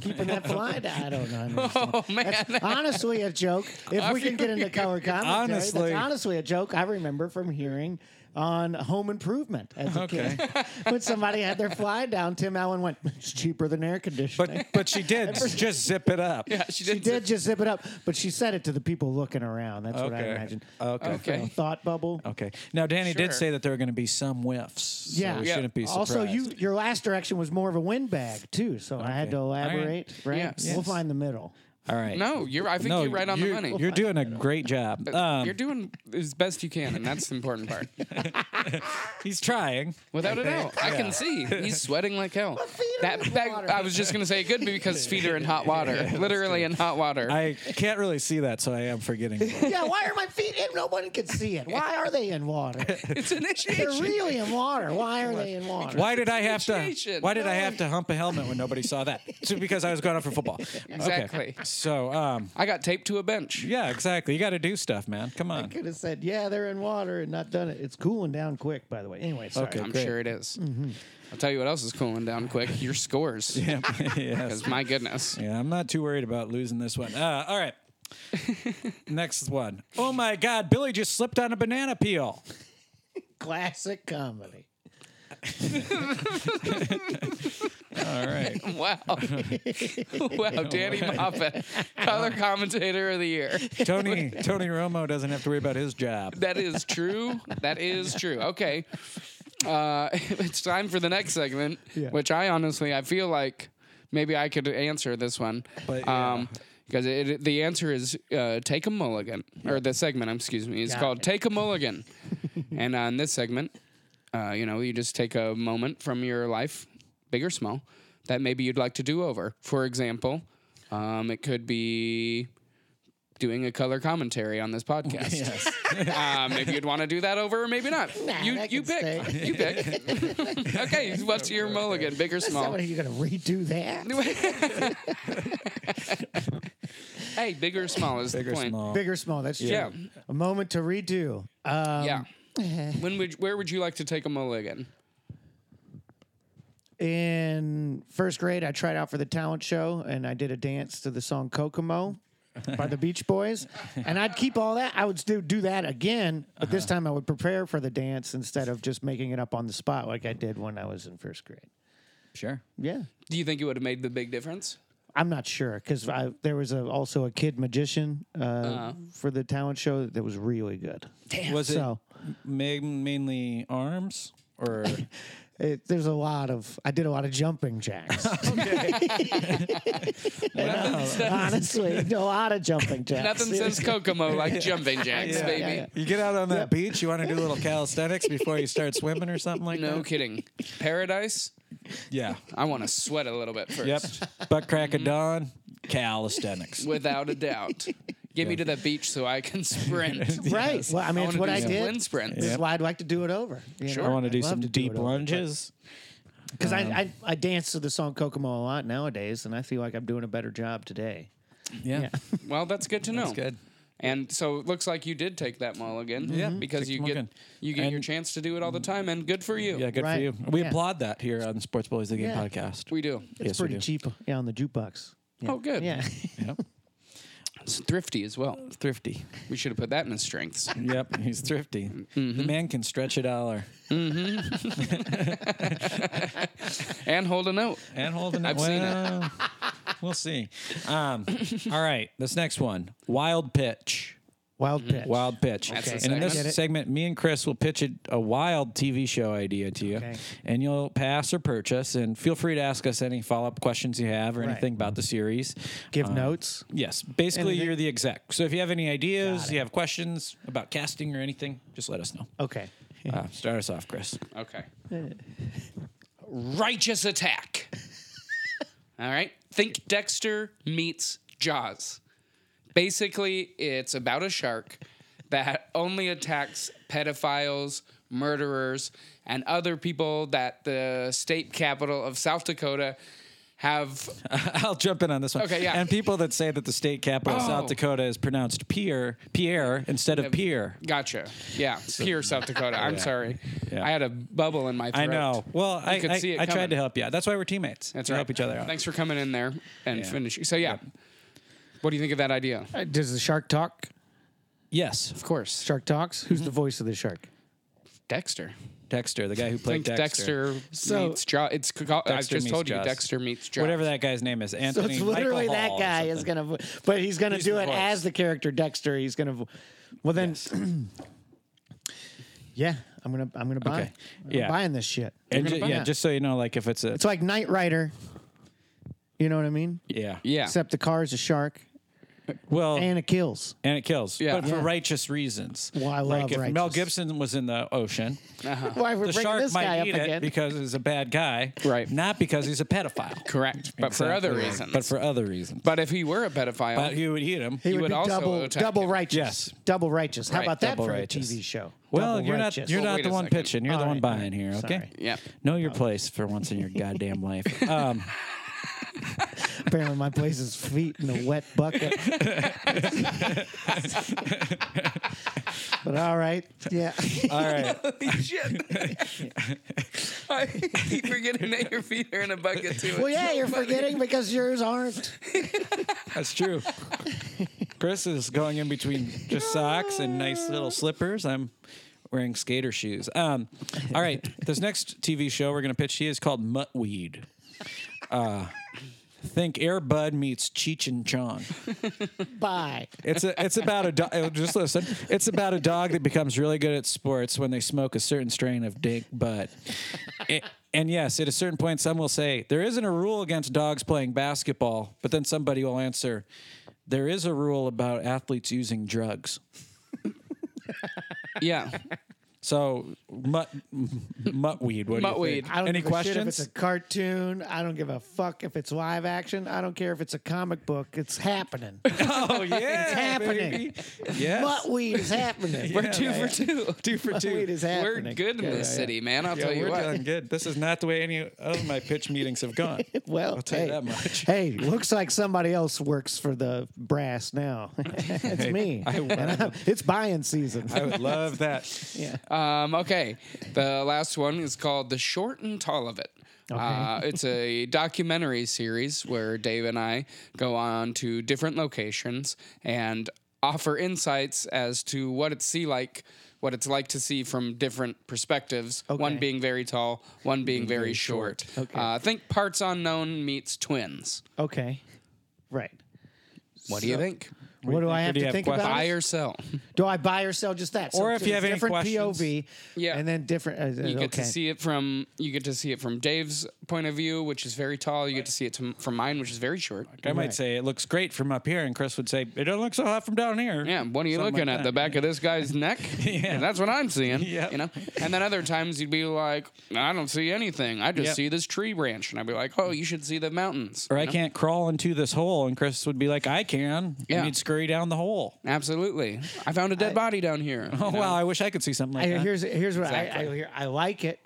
F: Keeping that fly down. I don't know.
E: <laughs>
D: Oh man.
F: honestly a joke. If we can get
E: <laughs>
F: into color commentary,
E: Honestly.
F: that's honestly a joke I remember from hearing on Home Improvement as a
E: Okay.
F: kid. <laughs> when somebody had their fly down, Tim Allen went, "It's cheaper than air conditioning."
E: <laughs> But but she
F: <laughs>
E: did just zip it up.
D: Yeah, she
F: she
D: did.
F: did just zip it up, but she said it to the people looking around. That's what I
E: Okay.
F: imagine.
E: Okay.
D: Okay.
F: Thought bubble.
E: Okay. Now Danny
D: Sure.
E: did say that there are going to be some whiffs. so
F: Yeah.
E: we
F: Yeah.
E: shouldn't be surprised.
F: Also, you your last direction was more of a windbag too, so I had to
E: All right.
F: elaborate. Right?
D: Yes.
F: We'll
E: Yes.
F: find the middle.
E: All right.
D: <laughs> No, you're. I think
E: No,
D: you're right on the
E: you're-
D: money.
E: You're doing a great job. Um,
D: <laughs> you're doing as best you can, and that's the important part.
E: he's trying.
D: Without a doubt, I can see he's sweating like hell. That bag, I was just gonna say it could be because his feet are in hot water, literally in hot water.
E: I can't really see that, so I am forgetting.
D: <laughs>
F: yeah. Why are my feet in? No one can see it. Why are they
E: <laughs>
F: in water?
D: it's initiation.
F: They're really in water. Why are they in water?
E: Why did I have to?
D: Appreciation.
E: Why did I have to hump a helmet when nobody saw
D: <laughs>
E: that? So because I was going out for football.
D: Exactly.
E: Okay. So um,
D: I got taped to a bench.
E: yeah, exactly. You got to do stuff, man. Come on.
F: Could have said, yeah, they're in water and not done it. It's cooling down quick, by the way. Anyway, sorry.
E: Okay.
D: I'm
E: Great. Mm-hmm.
D: sure it is. I'll tell you what else is cooling down quick. Your scores.
E: <laughs> Yeah. yes.
D: Because
E: <laughs>
D: my goodness.
E: Yeah, I'm not too worried about losing this one. Uh, all
D: <laughs>
E: right. Next one. Oh my God, Billy just slipped on a banana
D: <laughs>
E: peel.
F: Classic comedy.
E: All right. <laughs>
D: Wow. wow, Danny Moffat, color commentator of the year. <laughs>
E: Tony Tony Romo doesn't have to worry about his job.
D: That is true. That is true. Okay. Uh, <laughs> it's time for the next segment, which I honestly I feel like maybe I could answer this one.
E: But,
D: um because it, it- the answer is uh, take a mulligan or the segment, um, excuse me, is called take a mulligan. and on this segment, uh, you know, you just take a moment from your life, big or small, that maybe you'd like to do over. For example, um, it could be doing a color commentary on
E: <laughs>
D: this podcast. <laughs> uh, maybe you'd want to do that over, or maybe not. you
F: that
D: you pick.
F: can
D: You pick.
F: <laughs>
D: okay, what's your mulligan, big or small?
F: Somebody, you're going to redo that?
D: Hey, big or small is
E: Big
D: the
E: or
D: point.
E: small.
F: Big or small, that's true.
D: Yeah.
F: A moment to redo. Um,
D: Yeah. when would where would you like to take a mulligan?
F: In first grade, I tried out for the talent show and I did a dance to the song Kokomo by the Beach Boys. And I'd keep all that. I would do, do that again, but this time I would prepare for the dance instead of just making it up on the spot like I did when I was in first grade.
E: Sure.
F: Yeah.
D: Do you think it would have made the big
F: <laughs>
D: difference?
F: I'm not sure because there was a, also a kid magician uh,
D: Uh-huh.
F: for the talent show that was really good.
E: Was it
F: So-
E: <laughs> ma- mainly arms or
F: It, there's a lot of I did a lot of jumping jacks.
D: Nothing says,
F: Honestly, a lot of jumping jacks.
D: <laughs> nothing says Kokomo
F: <laughs>
D: like jumping jacks, baby.
F: yeah, yeah.
E: You get out on that beach, you want to do a little calisthenics before you start swimming or something like
D: No
E: that?
D: kidding. Paradise.
E: Yeah.
D: I want to sweat a little bit first.
E: Yep. Butt crack
F: Mm-hmm.
E: of dawn, calisthenics.
D: Without a doubt. Get me to the beach so I can
E: <laughs>
D: sprint.
F: right. Well, I mean, it's
D: wanna
F: what
D: do
F: I
D: some
F: did.
D: wind sprints.
F: This is why I'd like to do it over.
D: Sure.
E: I want to do
F: I'd love
E: some
F: to do
E: deep Um,
F: it over, but-
E: lunges.
F: Because I, I I dance to the song Kokomo a lot nowadays, and I feel like I'm doing a better job today.
E: Yeah.
D: Well, that's good to know.
E: good.
D: And so it looks like you did take that mulligan. Yeah.
E: Took
D: Because you
E: Mm-hmm. the
D: get
E: mulligan.
D: you get your
E: And-
D: chance to do it all the time, and good for you.
E: Yeah, good
F: Right.
E: for you. We
F: Yeah.
E: applaud that here on Sports Bullies the Game
F: Yeah.
E: podcast.
D: We do.
F: It's
E: Yes, we
F: pretty
E: do.
F: cheap. Yeah, on the jukebox.
D: Oh, good.
E: <laughs>
F: Yeah. <laughs>
D: It's thrifty as well.
E: thrifty.
D: We should have put that in his strengths.
E: <laughs> Yep, he's thrifty.
F: Mm-hmm.
E: The man can stretch a dollar
D: and hold a note.
E: and hold
F: <laughs>
E: it.
D: I've seen it.
E: it. We'll see. Um, all right, this next one, wild pitch.
F: Wild
D: Mm-hmm.
F: pitch.
E: Wild pitch.
D: That's the
E: and in
D: segment. Get
E: this
F: it.
E: segment, me and Chris will pitch a, a wild TV show idea to you,
F: Okay.
E: and you'll pass or purchase. And feel free to ask us any follow up questions you have or
F: Right.
E: anything about the series.
F: Give notes.
E: Yes, basically,
F: Anything?
E: you're the exec. So if you have any ideas, you have questions about casting or anything, just let us know.
F: Okay.
E: Uh, start us off, Chris. <laughs>
D: Okay. <laughs> Righteous attack. <laughs> All right. Think Dexter meets Jaws. Basically, it's about a shark that only attacks pedophiles, murderers, and other people that the state capital of South Dakota have.
E: I'll jump in on this one.
D: Okay, yeah.
E: And people that say that the state capital of
D: Oh.
E: South Dakota is pronounced Pierre, Pierre instead of Pier.
D: Gotcha. Yeah. Pure South Dakota. I'm sorry.
E: Yeah.
D: I had a bubble in my throat.
E: I know. Well, I,
D: could
E: I,
D: see it
E: I
D: coming.
E: tried to help you. out. That's why we're teammates.
D: That's
E: we
D: right.
E: Help each other out.
D: Thanks for coming in there and finishing. So, yeah. What do you think of that idea?
F: Uh, Does the shark talk?
E: Yes,
D: Of course.
F: Shark talks. Who's the
E: Mm-hmm.
F: voice of the shark?
D: Dexter.
E: Dexter, the guy who
D: I
E: played
D: think Dexter,
F: So-
D: meets Jaws. It's called, I
E: Dexter
D: just
E: meets
D: told you
E: Jaws.
D: Dexter meets Jaws.
E: Whatever that guy's name is,
F: So
E: Anthony.
F: it's literally
E: Michael
F: that
E: Hall or
F: guy is
E: something.
F: gonna, vo- but he's gonna
E: He's
F: do
E: the
F: it
E: voice.
F: as the character Dexter. He's gonna, vo- well then, <clears throat> yeah, I'm gonna, I'm gonna buy,
E: Okay.
F: I'm
E: Yeah.
F: buying this shit.
E: And
F: I'm
E: ju-
F: gonna buy
E: yeah,
F: it.
E: just so you know, like if it's a
F: it's like Knight Rider. You know what I mean?
E: yeah, Oh.
D: Yeah.
F: Except the car is a shark
E: Well,
F: and
E: and,
F: it kills.
E: it kills.
D: Yeah.
E: but for
F: Yeah.
E: righteous reasons.
F: Well, I
E: like
F: love
E: if Mel
F: righteous.
E: Gibson was in the ocean,
F: <laughs> Why we're
E: Uh-huh. the
F: bringing
E: shark
F: this guy
E: might
F: up
E: eat it
F: again?
E: because he's a bad guy,
D: Right.
E: Not because he's a pedophile.
D: Correct. But for other
E: Exactly.
D: reasons.
E: But for other reasons.
D: But if he were a pedophile,
E: But he would eat him.
F: he
D: you
F: would,
D: would
F: be
D: also
F: double,
D: attack
F: double
D: him.
F: righteous.
E: Yes.
F: Double righteous. How
D: Right,
F: about that
E: double
F: for
E: righteous.
F: a TV show?
E: well,
F: Double
E: you're
F: righteous.
E: not you're
D: Well,
E: not
D: wait
E: the
D: a
E: one
D: second.
E: pitching. You're the
F: All
E: one
F: right, all
E: buying
F: right.
E: here. Okay.
F: Sorry.
D: yeah.
E: Know your place for once in your goddamn <laughs> life. Um,
F: Apparently, my place is feet in a wet
E: <laughs>
F: bucket. <laughs> but all right, yeah.
E: all right. <laughs>
D: I keep forgetting that your feet are in a bucket too.
F: Well, yeah, you're forgetting because yours aren't.
E: That's true. Chris is going in between just socks and nice little slippers. I'm wearing skater shoes. Um, all right, this next TV show we're going to pitch to you is called Muttweed. Uh, think Air Bud meets Cheech and Chong.
F: Bye.
E: It's a, it's about a dog. Just listen. It's about a dog that becomes really good at sports when they smoke a certain strain of dank bud. A- and yes, at a certain point, some will say there isn't a rule against dogs playing basketball, but then somebody will answer, there is a rule about athletes using drugs.
D: yeah.
E: So mutt muttweed. What do you
D: Muttweed.
E: think?
F: I don't
E: Any
F: give a shit if it's
E: questions?
F: a cartoon. I don't give a fuck if it's live action. I don't care if it's a comic book. It's happening.
E: <laughs> oh yeah,
F: It's happening.
E: baby. Yes.
F: Buttweed is happening.
E: Yeah,
D: Two
E: yeah.
D: for two.
E: Two for two.
F: Buttweed is
D: We're
F: happening.
D: good in this city, man. I'll
E: Yeah,
D: tell you
E: we're
D: what.
E: doing good. This is not the way any of my pitch meetings have gone.
F: Well,
E: I'll tell
F: hey,
E: you that much.
F: <laughs> hey, looks like somebody else works for the brass now. <laughs> it's me.
E: <laughs> I-
F: And I'm- it's buying season.
E: I
F: <laughs>
E: would love that.
F: yeah.
D: Um, okay. The last one is called The Short and Tall of It. Uh, it's <laughs> a documentary series where Dave and I go on to different locations and offer insights as to what it's see like, what it's like to see from different perspectives. One being very tall, one being very short. Okay. Uh, think Parts Unknown meets Twins.
F: Okay. Right.
D: What do you think?
F: What do I have
E: do you
F: to
E: have
F: think about?
D: Buy
F: it?
D: or sell.
F: Do I buy or sell just that? So
E: Or if
F: it's
E: you have any
F: different
E: questions.
F: POV,
D: Yeah.
F: and then different. Uh,
D: You
F: okay.
D: get to see it from you get to see it from Dave's point of view, which is very tall. You get to see it to, from mine, which is very short.
E: I might say it looks great from up here, and Chris would say it doesn't look so hot from down here.
D: Yeah, what are you
E: Something
D: looking
E: like
D: at?
E: that.
D: The back of
E: <laughs>
D: this guy's neck? yeah. That's what I'm seeing.
E: Yep.
D: You know? And then other times you'd be like, I don't see anything. I just
E: Yep.
D: see this tree branch. And I'd be like, Oh, you should see the mountains.
E: Or I can't crawl into this hole, and Chris would be like, "I can."
D: Yeah.
E: And he'd scurry down the hole.
D: Absolutely. I found a dead body down here.
E: Oh wow! I wish I could see something
F: I,
E: like that.
F: here's here's what I, I
D: Exactly.
F: hear. I like it.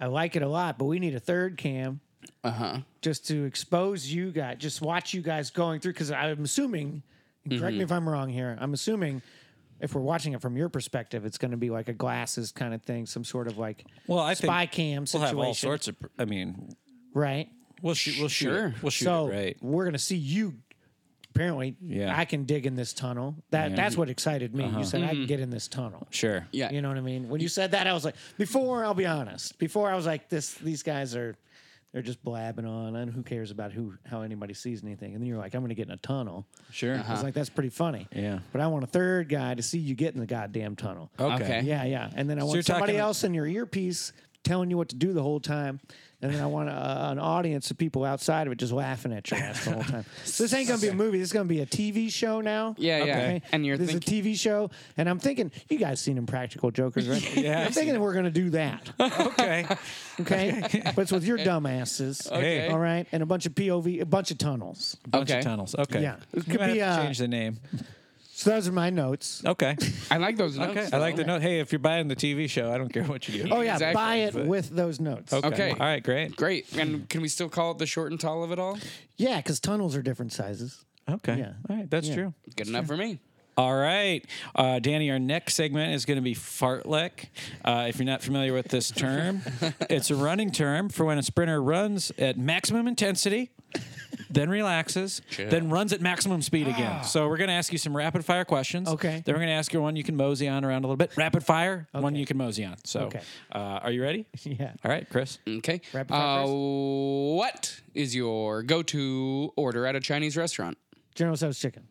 F: I like it a lot, but we need a third cam. Uh
E: Uh-huh.
F: huh. Just to expose you guys, just watch you guys going through. Because I'm assuming, and correct
E: Mm-hmm.
F: me if I'm wrong here. I'm assuming if we're watching it from your perspective, it's going to be like a glasses kind of thing, some sort of like
E: Well, I
F: spy
E: think
F: cam
E: We'll
F: situation,
E: have all sorts of. pr- I mean,
F: right?
E: we'll shoot. We'll shoot.
D: Sure.
E: It. We'll shoot.
F: so
E: it right.
F: we're gonna see you. Apparently,
E: Yeah. Uh-huh.
F: I can dig in this tunnel. That that's what excited me. You said I can get in this tunnel.
E: Mm-hmm. Sure.
D: Yeah.
F: You know what I mean? When you said that, I was like, before I'll be honest. Before I was like, this these guys are they're just blabbing on and who cares about who how anybody sees anything. And then you're like, I'm gonna get in a tunnel.
E: Sure.
D: Uh-huh.
F: I was like, that's pretty funny.
E: Yeah. Oh,
F: But I want a third guy to see you get in the goddamn tunnel.
E: Okay.
D: Okay.
F: Yeah, yeah. And then I
E: you're
F: want somebody
E: talking-
F: else in your earpiece telling you what to do the whole time. And then I want a, an audience of people outside of it just laughing at your ass the whole
D: <laughs>
F: time. So this ain't gonna be a movie. This is gonna be a TV show now.
D: Yeah, yeah. And you're
F: this
D: thinking-
F: is a TV show, and I'm thinking you guys seen Impractical Jokers, right?
D: <laughs>
E: Yeah,
F: I'm
E: I've seen
F: thinking we're gonna do that.
E: Okay.
F: Okay, but it's with your dumb asses.
D: <laughs>
E: Okay.
F: All right, and a bunch of POV, a bunch of tunnels.
E: Bunch
D: Okay.
E: of tunnels. Okay.
F: Yeah. It
E: You
F: could
E: might
F: be,
E: have to
F: uh,
E: change the name.
F: So those are my notes.
D: <laughs>
E: Okay.
D: I like those notes.
E: Okay. I like
D: though.
E: the note. Hey, if you're buying the TV show, I don't care what you do.
F: Oh yeah,
D: Exactly.
F: buy it with those notes.
D: okay.
E: All right. Great.
D: Great. And can we still call it the short and tall of it all?
F: Yeah, because tunnels are different sizes.
E: Okay.
F: Yeah.
E: All right. That's
F: Yeah.
E: true.
D: Good enough for me.
E: All right, uh, Danny. Our next segment is going to be fartlek. Uh, if you're not familiar with this term, it's a running term for when a sprinter runs at maximum intensity, then relaxes, then runs at maximum speed again. So we're going to ask you some rapid fire questions.
F: Ah. Okay.
E: Then we're going to ask you one you can mosey on around a little bit. Rapid fire, one
F: Okay.
E: you can mosey on. So,
F: Okay.
E: uh, are you
F: <laughs>
E: ready?
F: Yeah.
E: All right, Chris.
D: Okay.
F: Rapid
D: Uh,
F: fire first.
D: what is your go to order at a Chinese restaurant?
F: General Tso's chicken.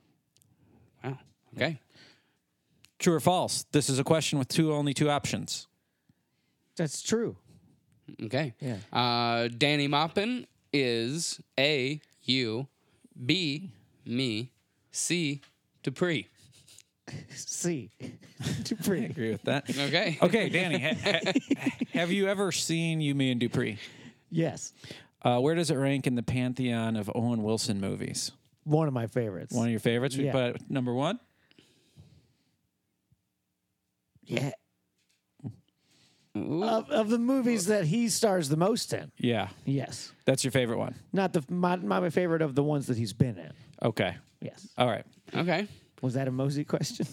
D: Wow. Okay.
E: True or false? This is a question with two only two options.
F: That's true.
D: Okay. Yeah. Uh, Danny Maupin is A, you, B, me, C, Dupree.
F: <laughs> C. Too pretty.
E: Agree with that. <laughs>
D: Okay.
E: Okay, Danny. ha- ha- have you ever seen You, Me, and Dupree?
F: Yes.
E: Uh, where does it rank in the pantheon of Owen Wilson movies?
F: One of my favorites.
E: One of your favorites? We
F: Yeah.
E: put number one.
F: yeah. Of, of the movies that he stars the most in.
E: Yeah,
F: Yes.
E: that's your favorite one.
F: Not the my, my favorite of the ones that he's been in.
E: Okay,
F: Yes.
E: all right.
D: Okay.
F: Was that a Mosey question?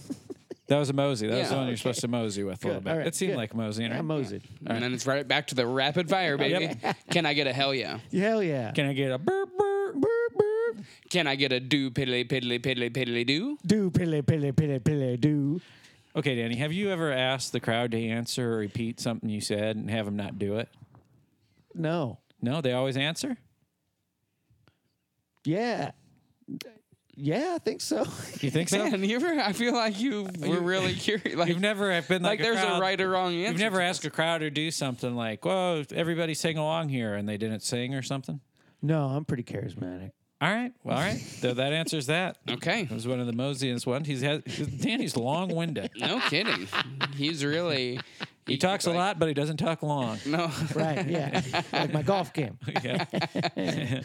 E: That was a mosey. That was
D: Yeah,
E: the one you're supposed to mosey with a little bit.
F: all right,
E: It seemed
F: good.
E: like moseying.
F: <laughs> yeah,
E: Right?
F: Mosey.
D: And then it's right back to the rapid fire, baby. Can I get a hell yeah?
F: Hell yeah.
E: Can I get a burp burp burp burp?
D: Can I get a do piddly piddly piddly piddly do?
F: do pille pille pille pille do.
E: Okay, Danny. Have you ever asked the crowd to answer or repeat something you said and have them not do it?
F: No.
E: No, they always answer.
F: Yeah. Yeah, I think so. <laughs>
E: You think so?
D: Man, <laughs> you ever, I feel like you were
E: <laughs>
D: really curious. Like,
E: You've never. I've been like,
D: like there's a
E: crowd-
D: right or wrong answer.
E: You've never
D: to
E: asked a crowd to do something like, "Whoa, everybody sing along here," and they didn't sing or something.
F: no, I'm pretty charismatic.
E: All right. Well, all right. so that answers that.
D: this. Okay.
E: It was one of the moseyest ones. He's had Danny's long winded.
D: No kidding. He's really.
E: He talks a lot, but he doesn't talk long.
D: No.
F: Right, <laughs> yeah. like my golf game.
E: <laughs> Yeah.
D: <laughs>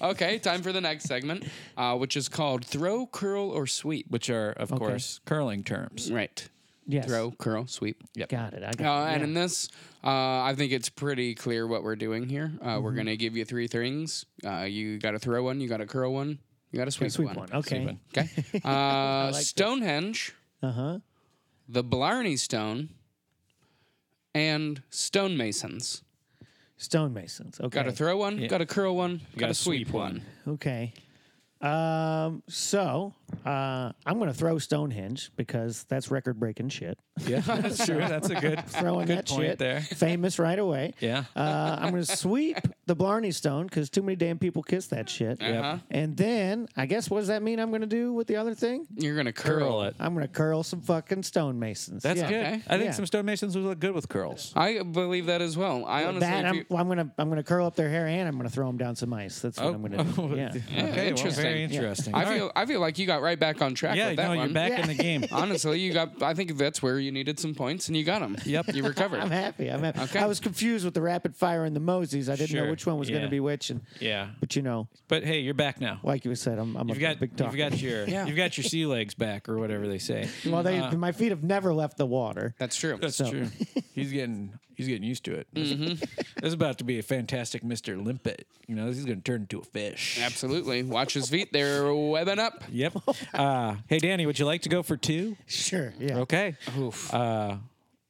D: Okay, time for the next segment, uh, which is called throw, curl, or sweep.
E: Which are, of course, curling terms.
D: Right.
F: Yes.
D: Throw, curl, sweep.
F: Got it. I
D: Uh,
F: got it.
D: and
F: yeah.
D: in this, uh, I think it's pretty clear what we're doing here. Uh, We're going to give you three things. Uh, you got to throw one, you got to curl one, you got to sweep,
F: Sweep one. Okay.
D: Okay. Uh, Stonehenge,
F: Uh huh.
D: the Blarney Stone, and stonemasons.
F: Stonemasons. Okay.
D: Got to throw one, got to curl one, got
E: gotta
D: to sweep,
E: sweep
D: one.
E: one.
F: Okay. Um, so uh, I'm going to throw Stonehenge because that's record breaking shit.
E: Yeah, that's true. That's a <laughs> good
F: <laughs> Throwing
E: good
F: that <laughs>
E: point
F: shit
E: there.
F: famous right away.
E: Yeah.
F: Uh, I'm going to sweep the Blarney Stone because too many damn people kiss that shit.
D: Uh-huh.
F: And then I guess what does that mean? I'm going to do with the other thing?
D: You're gonna curl, it.
F: I'm going to curl some fucking stonemasons.
E: That's
F: Yeah.
E: good.
D: Okay.
E: I think
F: Yeah.
E: some stonemasons would look good with curls.
D: I believe that as well. I honestly,
F: that
D: if
F: I'm,
D: you-
F: well, I'm gonna I'm gonna curl up their hair and I'm gonna throw them down some ice. That's
E: Oh,
F: what <laughs> I'm gonna
E: <laughs>
F: do. Yeah.
E: okay,
D: interesting.
E: Well, very
D: Yeah.
E: interesting.
D: I
E: All right.
D: feel, I feel like you got right back on track
E: yeah,
D: with that
E: no,
D: one.
E: you're back in the
F: <laughs>
E: game.
D: <laughs> Honestly, you got. I think that's where you needed some points, and you got them. Yep, you
E: <laughs>
F: I'm
D: recovered.
F: happy. I'm happy.
D: Okay.
F: I was confused with the rapid fire and the Moseys. I didn't know
E: Sure.
F: which one was
E: Yeah.
F: gonna be which. And
E: Yeah.
F: but you know,
E: But hey, you're back now.
F: like you said, I'm, I'm
E: You've
F: a
E: got
F: big talker.
E: you've got
F: <laughs>
E: your
D: Yeah.
E: you've got your sea legs back or whatever they say.
F: well, they, my feet have never left the water.
D: That's true.
E: That's
F: So-
E: true. He's getting he's getting used
F: <laughs>
E: to it.
F: Mm-hmm.
E: This is about to be a fantastic Mr. Limpet. You know, this is going to turn into a fish.
D: Absolutely. Watch his feet. They're webbing up.
E: Yep. Uh, hey, Danny, would you like to go for two?
F: Sure. Yeah.
E: Okay. Uh,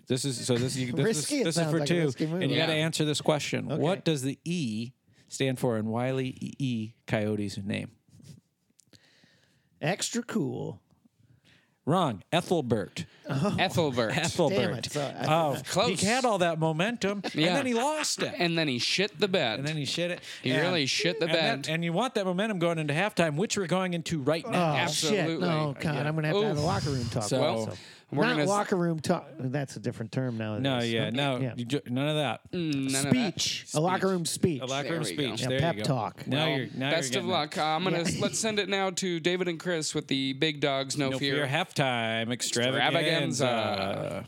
E: this is so. This you, this
F: Risky, it
E: is this is
F: sounds
E: for
F: like a
E: two,
F: risky move.
E: and you got to
D: Yeah.
E: answer this question. What does the E stand for in Wiley E. e. Coyote's name?
F: Extra cool.
E: Wrong. Ethelbert.
D: Ethelbert.
E: Ethelbert.
F: <laughs> Damn it. So I-
E: Oh,
D: Close.
E: He had all that momentum,
D: Yeah.
E: and then he lost it, and,
D: and then he shit the bed.
E: then he shit it.
D: He
E: And-
D: really shit the
E: and that-
D: bed.
E: and you want that momentum going into halftime, which we're going into right
F: Oh
E: now.
F: shit!
D: Absolutely.
F: No, God, I'm gonna have to have a
D: Oof.
F: locker room talk.
E: So-
F: also.
E: Well,
D: we're
F: not
D: gonna-
F: locker room talk. That's a different term now.
E: No, yeah, no,
F: Yeah.
E: you ju- none of that.
D: None of that.
F: speech. A locker room speech.
E: A locker
D: Mm, There
E: room
D: we go.
E: speech.
F: Yeah,
E: there
F: pep
E: you go.
F: talk.
E: Now
D: Well,
E: you're now you're
D: best of
E: getting it.
D: luck. Uh, I'm gonna let's send it now to David and Chris with the big dogs. No,
E: No fear
D: fear.
E: halftime extravaganza.
D: Extravaganza.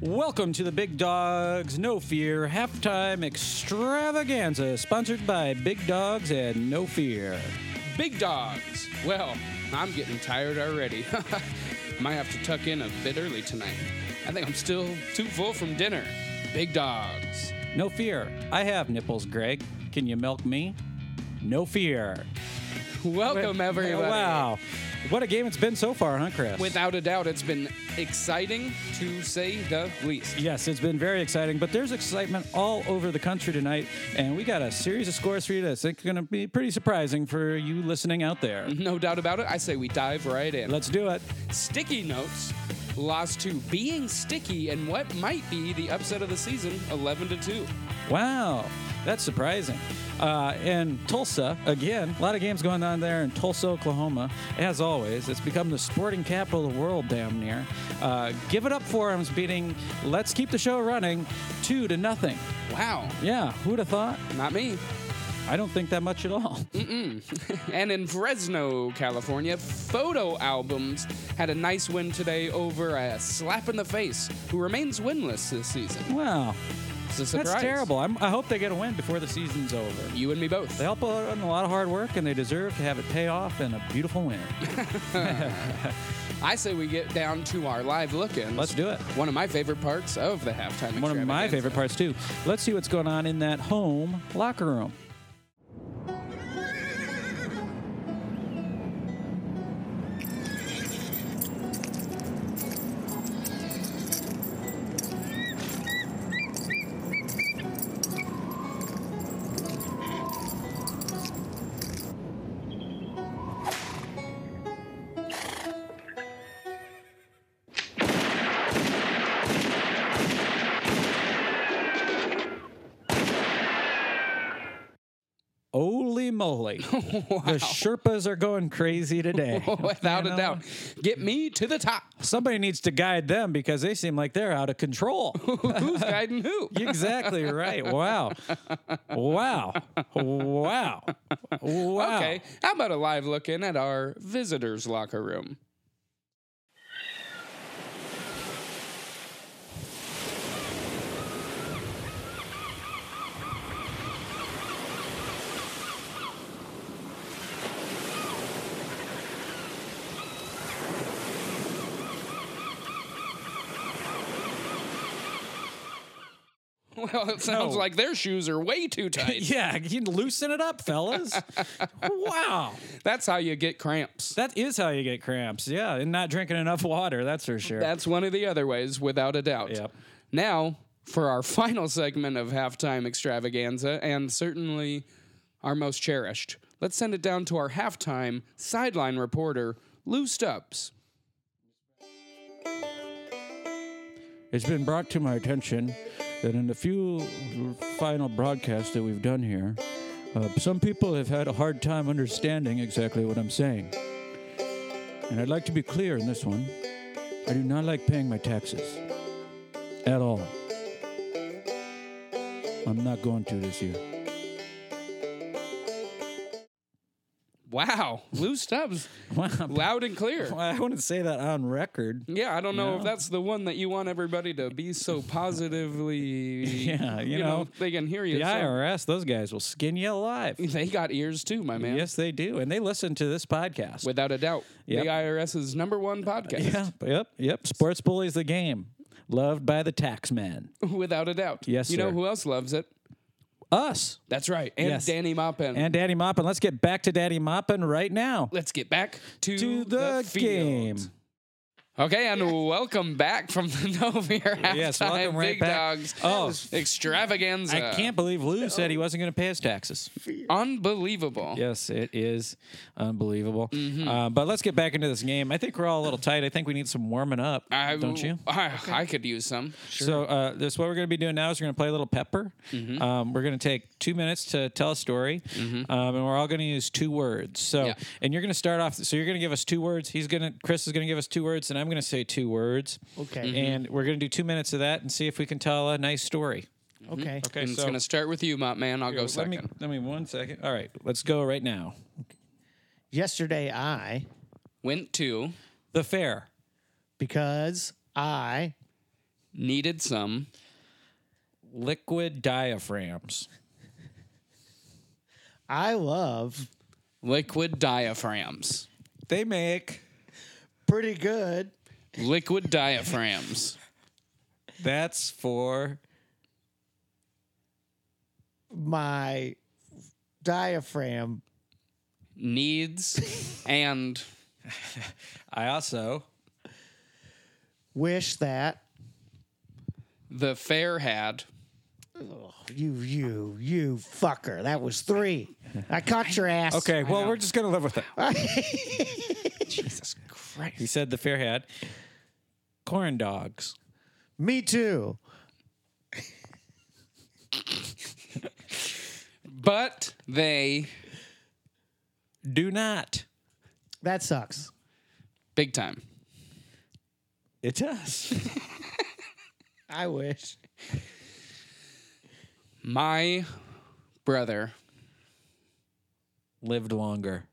E: Welcome to the Big Dogs No Fear halftime extravaganza, sponsored by Big Dogs and No Fear.
D: Big dogs. Well, I'm getting tired already. <laughs> Might have to tuck in a bit early tonight. I think I'm still too full from dinner. Big dogs.
E: No fear. I have nipples, Greg. Can you milk me? No fear.
D: Welcome everybody.
E: Wow. What a game it's been so far, huh, Chris?
D: Without a doubt, it's been exciting to say the least.
E: Yes, it's been very exciting, but there's excitement all over the country tonight, and we got a series of scores for you that's going to be pretty surprising for you listening out
D: <laughs>
E: there.
D: No doubt about it. I say we dive right in.
E: Let's do it.
D: Sticky Notes lost to Being Sticky and what might be the upset of the season, 11 to 2.
E: Wow, that's surprising. Uh, and Tulsa, again, a lot of games going on there in Tulsa, Oklahoma. As always, it's become the sporting capital of the world, damn near. Uh, give it up for 'em's beating Let's Keep the Show Running two to nothing.
D: Wow,
E: Yeah, who'd have thought?
D: not me.
E: I don't think that much at all.
D: And in Fresno, California, Photo Albums had a nice win today over a slap in the face who remains winless this season.
E: <laughs> Wow,
D: It's a surprise.
E: that's terrible. I'm, I hope they get a win before the season's over.
D: You and me both.
E: They help out in a lot of hard work, and they deserve to have it pay off in a beautiful
D: <laughs>
E: win.
D: I say we get down to our live look-ins.
E: Let's do it.
D: One of my favorite parts of the halftime.
E: One of my
D: extravaganza.
E: favorite parts too. Let's see what's going on in that home locker room. Holy
D: <laughs>
E: moly! The Sherpas are going crazy today,
D: <laughs> Without
E: You know?
D: a doubt. Get me to the top. <laughs>
E: Somebody needs to guide them because they seem like they're out of
D: <laughs>
E: control.
D: Who's guiding who?
E: exactly right. Wow, wow, wow, wow.
D: Okay. How about a live look in at our visitors' locker room? <laughs> Well, it sounds
E: No.
D: like their shoes are way too
E: <laughs>
D: tight.
E: Yeah, you loosen it up,
D: <laughs>
E: fellas. wow.
D: That's how you get cramps.
E: That is how you get cramps. Yeah, and not drinking enough water, that's for sure.
D: That's one of the other ways, without a doubt.
E: Yep.
D: Now, for our <laughs> final segment of halftime extravaganza, and certainly our most cherished, let's send it down to our halftime sideline reporter, Lou Stubbs.
E: It's been brought to my attention
B: that in the few final broadcasts that we've done here, uh, some people have had a hard time understanding exactly what I'm saying. And I'd like to be clear in this one I do not like paying my taxes. At all. I'm not going to this year.
D: Wow, <laughs> Lou Stubbs,
E: Wow.
D: loud and clear.
E: Well, I wouldn't say that on record.
D: Yeah, I don't know if that's the one that you want everybody to be so positively.
E: <laughs> Yeah, you know,
D: they can hear you.
E: The
D: so-
E: IRS, those guys will skin you <laughs> alive.
D: They got ears too, my man.
E: Yes, they do. And they listen to this podcast.
D: Without a doubt.
E: Yep.
D: The IRS's number one
E: <laughs>
D: podcast.
E: yeah, yep, yep. Sports Bullies the Game. Loved by the tax man.
D: <laughs> Without a doubt.
E: Yes,
D: You know
E: sir.
D: who else loves it?
E: Us.
D: That's right. And
E: Yes.
D: Danny Maupin.
E: And Daddy Moppin. Let's get back to Daddy Moppin right now.
D: Let's get back to,
E: To the,
D: field.
E: game.
D: Okay, and welcome back from the <laughs> Novier halftime. <laughs>
E: Yes, welcome right
D: Big
E: back.
D: Dogs. uh,
E: Oh.
D: extravaganza!
E: I can't believe Lou said he wasn't going to pay his taxes.
D: Unbelievable.
E: Yes, it is unbelievable.
D: Mm-hmm.
E: Uh, but let's get back into this game. I think we're all a little tight. I think we need some warming up,
D: I,
E: don't you?
D: I, I could use some.
E: So uh, this what we're going to be doing now is we're going to play a little pepper. Um, we're going to take two minutes to tell a story, um, and we're all going to use two words. So
D: Yeah.
E: and you're going to start off. So you're going to give us two words. He's going to Chris is going to give us two words, and I'm going to say two words.
F: Okay.
D: Mm-hmm.
E: And we're going to do two minutes of that and see if we can tell a nice story.
F: Okay.
E: mm-hmm, Okay.
D: I'm just gonna start with you, my man. I'll go
E: let
D: second.
E: me let me one second. All right, let's go right now.
F: Yesterday I
D: Went to
E: The fair.
F: because I
D: needed some
E: Liquid diaphragms.
F: I love
D: liquid diaphragms.
E: They make
F: pretty good
D: Liquid diaphragms.
E: that's for
F: my diaphragm.
D: Needs and
E: I also
F: Wish that
D: the fair had.
F: oh, you you you fucker. That was three. I caught your ass. <laughs>
E: Okay, well we're just gonna live with it.
D: Jesus Christ.
E: He said the fair had corn dogs.
F: Me too.
D: But they
E: Do not.
F: That sucks.
D: big time.
E: It does. <laughs>
F: I wish.
D: My brother
E: Lived longer.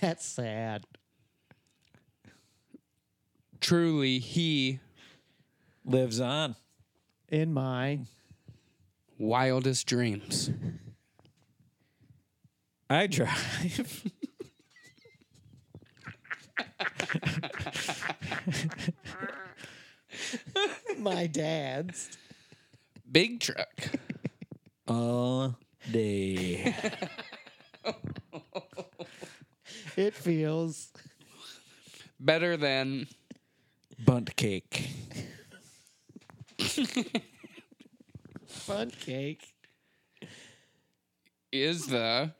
F: That's sad.
D: truly he
E: Lives on.
F: In my
D: wildest dreams.
E: I drive. <laughs>
F: my dad's
D: Big
F: <laughs>
D: truck.
E: All <laughs> day.
F: it feels
D: Better than
E: Bunt cake.
F: fun cake.
D: is the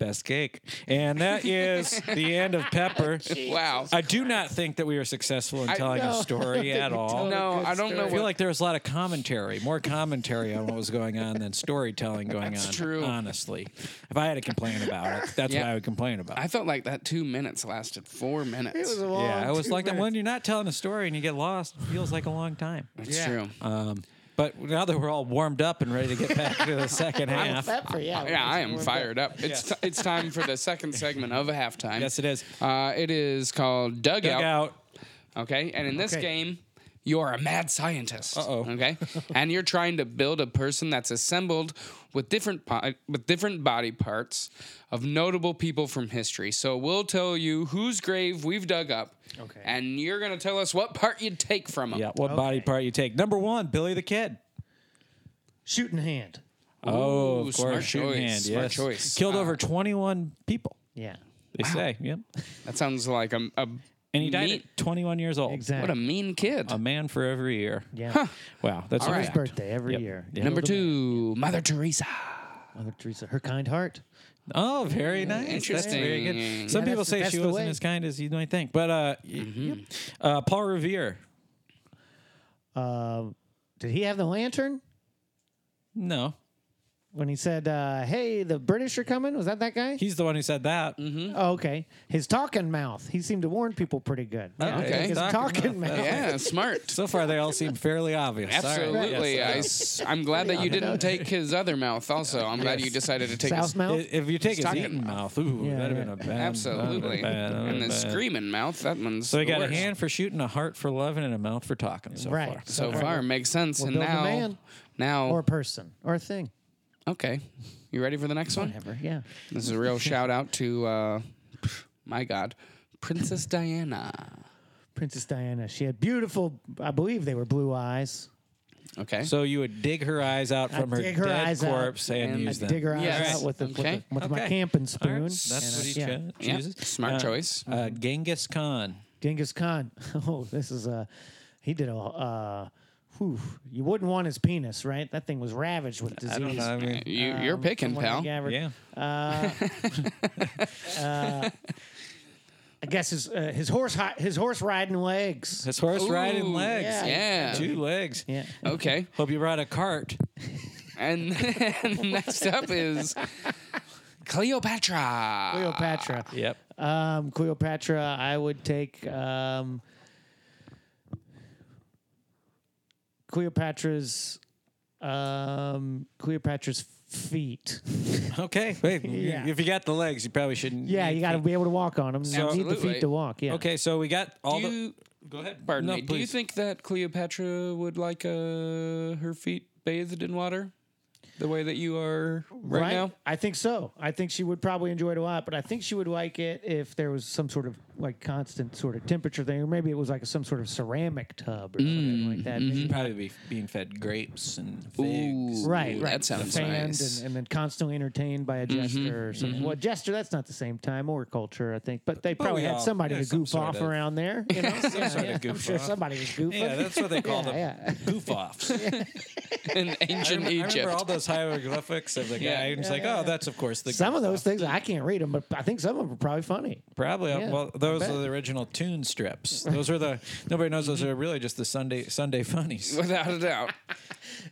E: Best cake. And that is the end of Pepper.
D: wow.
E: I do not think that we were successful in telling
F: no,
E: a
D: <laughs>
F: <laughs>
E: story at all.
D: No, I don't know
E: I feel
D: what
E: like there was a lot of commentary, more commentary on what was going on than storytelling going on.
D: That's true.
E: Honestly, if I had to complain about it, that's what
D: Yeah.
E: I would complain about.
D: I felt like that two minutes lasted four minutes.
F: It was a long
E: Yeah, I was
F: two
E: like that
F: minutes.
E: when you're not telling a story and you get lost, it feels like a long time.
D: That's true.
E: Um, but now that we're all warmed up and ready to get back to the
D: <laughs>
E: second half,
F: Pepper, yeah.
D: yeah, I am fired up. It's ti- it's time for the second segment of a halftime.
E: <laughs> yes, it is.
D: Uh, it is called Dugout.
E: Dugout.
D: Okay, and in this
F: Okay.
D: game, you're a mad scientist.
E: Uh-oh.
D: <laughs> Okay, and you're trying to build a person that's assembled with different po- with different body parts of notable people from history. So we'll tell you whose grave we've dug up.
F: Okay.
D: And you're gonna tell us what part you'd take from them.
E: Yeah, what body part you take? Number one, Billy the Kid.
F: Shooting hand.
E: Oh,
D: Ooh,
E: of
D: smart
E: course, shooting
D: choice,
E: hand.
D: smart
E: yes.
D: choice.
E: Killed over 21 people.
F: Yeah.
E: They say. Yep.
D: That sounds like a, a
E: And he died
D: mean-
E: at 21 years old.
F: Exactly.
D: what a mean kid.
E: A man for every year.
F: yeah.
E: Wow, that's
D: All
E: a
D: right.
F: His
E: fact.
F: birthday every year.
D: Number two,
E: <laughs>
D: Mother Teresa.
F: Mother Teresa, her kind heart.
E: Oh, very nice. That's very
D: interesting.
E: good. Some
F: Yeah,
E: people
F: that's the-
E: say
F: that's
E: she
F: the
E: wasn't
F: way.
E: as kind as you might
D: Mm-hmm.
E: think. But uh, y- yep. uh, Paul Revere,
F: Um, Did he have the lantern
E: No.
F: when he said, uh, "Hey, the British are coming"? Was that that guy?
E: He's the one who said
D: Mm-hmm.
E: that.
F: oh, okay. His talking mouth. He seemed to warn people pretty good.
E: Oh,
D: okay.
F: His talking mouth.
D: Yeah, smart.
E: So far, they all seem fairly obvious. Sorry.
D: Absolutely.
E: Yes, I know.
D: I, am glad that you didn't take his other mouth. Also, I'm glad you decided to take
F: South
D: his
F: mouth.
E: I- If you take his
D: Talking
E: eating mouth, ooh,
F: Yeah,
E: that'd have
F: yeah.
E: been a bad
D: Absolutely.
E: bad- that'd
D: and
E: been
D: the
E: bad.
D: screaming mouth. That one's.
E: So we
D: the
E: got a
D: worst.
E: hand for shooting, a heart for loving, and a mouth for talking so
F: Right.
E: far.
D: So far, makes sense. and
F: building a
D: now,
F: man.
D: now,
F: or a person or a thing.
D: okay. You ready for the next one?
F: Whatever. Yeah.
D: This is a real shout out to, uh, my God, Princess Diana.
F: Princess Diana. She had beautiful. I believe they were blue eyes.
D: Okay.
E: So you would dig her eyes out from her
F: dig her
E: dead
F: eyes out
E: corpse and,
D: and
E: use
F: I
E: them.
F: dig her eyes
D: Yes.
F: out with, the,
D: Okay.
F: with, the, with my
E: Okay.
F: camping
E: All right,
F: spoon.
E: That's what
F: and,
E: he
F: uh, yeah.
E: cho-
D: Yeah,
E: chooses.
D: smart choice.
E: Uh, Genghis Khan.
F: Genghis Khan. <laughs> Oh, this is a. He did a. Uh, whew, you wouldn't want his penis, right? That thing was ravaged with disease. Uh,
E: I don't know. I mean,
D: Uh, you, you're
F: Um,
D: picking,
F: When
D: pal.
F: he gathered-
E: yeah.
F: I guess his uh, his horse hi- his horse riding legs.
E: His horse riding
D: Ooh,
E: legs.
D: Yeah.
E: Two legs.
F: Yeah.
D: Okay.
E: Hope you brought a cart.
D: And <laughs> then next up
F: <laughs>
D: is Cleopatra.
F: Cleopatra.
E: Yep.
F: Um, Cleopatra, I would take um, Cleopatra's um, Cleopatra's feet.
E: <laughs> Okay. Wait,
F: <laughs> Yeah.
E: If you got the legs, you probably shouldn't.
F: Yeah,
E: need
F: you got to
E: feet.
F: be able to walk on them. You need the
D: Absolutely.
F: feet to walk. Yeah.
E: Okay, so we got all
D: Do
E: the.
D: you,
E: Go ahead.
D: pardon
E: no,
D: me.
E: Please.
D: Do you think that Cleopatra would like uh, her feet bathed in water, the way that you are
E: <laughs>
D: right, now?
F: I think so. I think she would probably enjoy it a lot, but I think she would like it if there was some sort of like constant sort of temperature thing, or maybe it was like some sort of ceramic tub or something like that. Maybe
E: probably be being fed grapes and figs?
F: Right,
D: Ooh,
F: right.
D: That sounds
F: Fanned
D: nice.
F: and, and then constantly entertained by a
E: Mm-hmm.
F: jester or something. Well, jester, that's not the same time or culture, I think. But they probably
E: we
F: had
E: all-
F: somebody
E: yeah,
F: to
E: some
F: goof
E: sort
F: off
E: of-
F: around there.
E: <laughs>
F: You know?
E: Some sort of
F: I'm
E: goof
F: sure
E: off.
F: somebody was goofing.
E: Yeah, that's what they call
F: <laughs> Yeah,
E: them.
F: <laughs> yeah.
E: Goof offs.
D: in ancient
E: I
D: Egypt.
E: remember all those hieroglyphics of the guy.
D: <laughs> Yeah.
E: and it's like, oh, that's of course the.
F: Some
E: goof
F: of those
E: off.
F: things I can't read them, but I think some of them are probably funny.
E: Probably. uh,
F: Yeah,
E: well,
F: I
E: those
F: bet. Mm-hmm.
E: are the original tune strips. Those are the. Nobody knows. Those are really just the Sunday Sunday funnies.
D: <laughs> Without a doubt.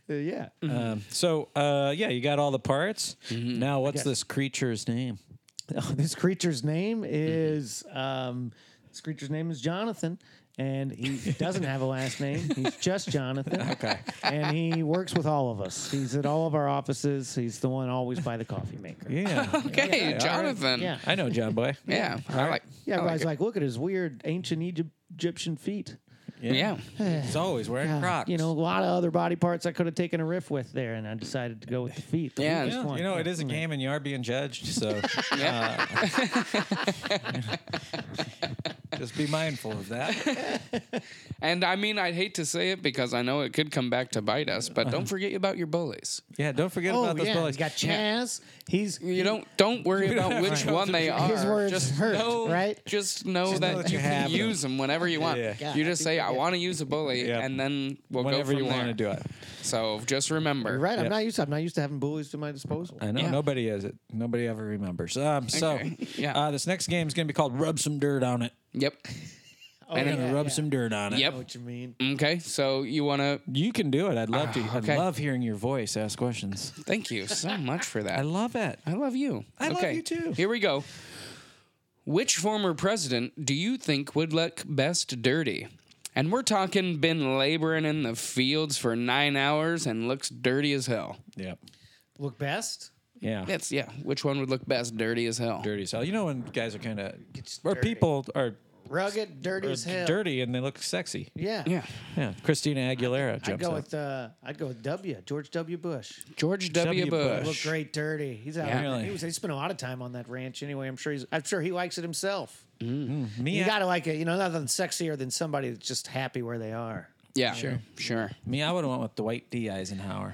F: Uh, yeah,
E: Um, so uh, yeah, you got all the parts.
D: Mm-hmm.
E: Now, what's this creature's name?
F: Oh, <laughs> this creature's name is um, this creature's name is Jonathan, and he doesn't have a last name. He's just Jonathan. Okay, and he works with all of us. He's at all of our offices. He's the one always by the coffee maker. <laughs>
E: Yeah,
D: Okay,
E: all right.
D: Jonathan.
F: Yeah,
E: I know John Boy.
D: Yeah, I like.
F: yeah.
D: I
F: Everybody's
D: like
F: like, look at his weird ancient Egypt, Egyptian feet.
D: it. yeah.
E: He's always wearing
F: God,
E: Crocs.
F: You know, a lot of other body parts I could have taken a riff with there, and I decided to go with the feet. The
D: Yeah,
F: weakest
E: Yeah,
F: one.
E: you know, it is a game, and you are being judged.
F: <laughs>
E: So
D: <laughs> Yeah.
E: just be mindful of
F: <laughs>
E: that.
D: And I mean, I'd hate to say it because I know it could come back to bite us, but don't forget about your bullies.
E: Yeah, don't forget
F: Oh,
E: about those
F: yeah.
E: bullies.
F: You got Chaz. He's
D: You don't
E: <laughs>
D: don't worry about which one they are.
F: His words
D: just
F: hurt,
D: know,
F: right?
D: Just know
E: Just know
D: that,
E: that
D: you
E: you
D: can
E: have them.
D: use them whenever you want.
E: Yeah.
F: Yeah,
D: You
F: I
D: just
F: think
D: say,
F: that-
D: "I want to use a bully,"
E: Yeah.
D: and then we'll
E: Whenever
D: go
E: you
D: from
E: want
D: there.
E: to do it.
D: So just remember.
F: you're right. I'm not used. To, I'm not used to having bullies to my disposal.
E: I know
D: Yeah.
E: nobody is it. Nobody ever remembers. Um, so
D: Okay.
F: <laughs>
D: Yeah.
E: uh, this next game is going to be called "Rub Some Dirt on It."
D: Yep.
F: Oh,
E: I'm
D: And-
E: going to rub some dirt on it.
D: Yep.
F: What you mean?
D: Okay. So you want to?
E: You can do it. I'd
F: Ah,
E: love to.
D: okay.
E: I love hearing your voice ask questions.
D: Thank you so
F: <laughs>
D: much for that.
E: I love it.
D: I love you.
E: I love
D: okay.
E: you too.
D: Here we go. Which former president do you think would look best dirty? And we're talking been laboring in the fields for nine hours and looks dirty as hell.
E: Yep.
F: Look best.
E: Yeah.
D: That's yeah. Which one would look best dirty as hell?
E: Dirty as hell. You know when guys are kind of,
F: just
E: or
F: dirty.
E: people are
F: rugged, dirty as hell.
E: dirty and they look sexy.
F: Yeah.
D: Yeah.
E: Yeah. Christina Aguilera
F: I'd
E: jumps
F: go
E: up.
F: with uh, I'd go with W. George W. Bush.
D: George W.
E: W.
D: Bush.
F: Look great, dirty. He's out.
D: Yeah.
E: Really?
F: He was. He spent a lot of time on that ranch anyway. I'm sure he's. I'm sure he likes it himself.
E: me,
F: You gotta like it. You know, nothing sexier than somebody that's just happy where they are.
D: Yeah. Sure. <laughs> Sure.
E: me, I would have went with Dwight D.
F: <laughs>
E: Eisenhower.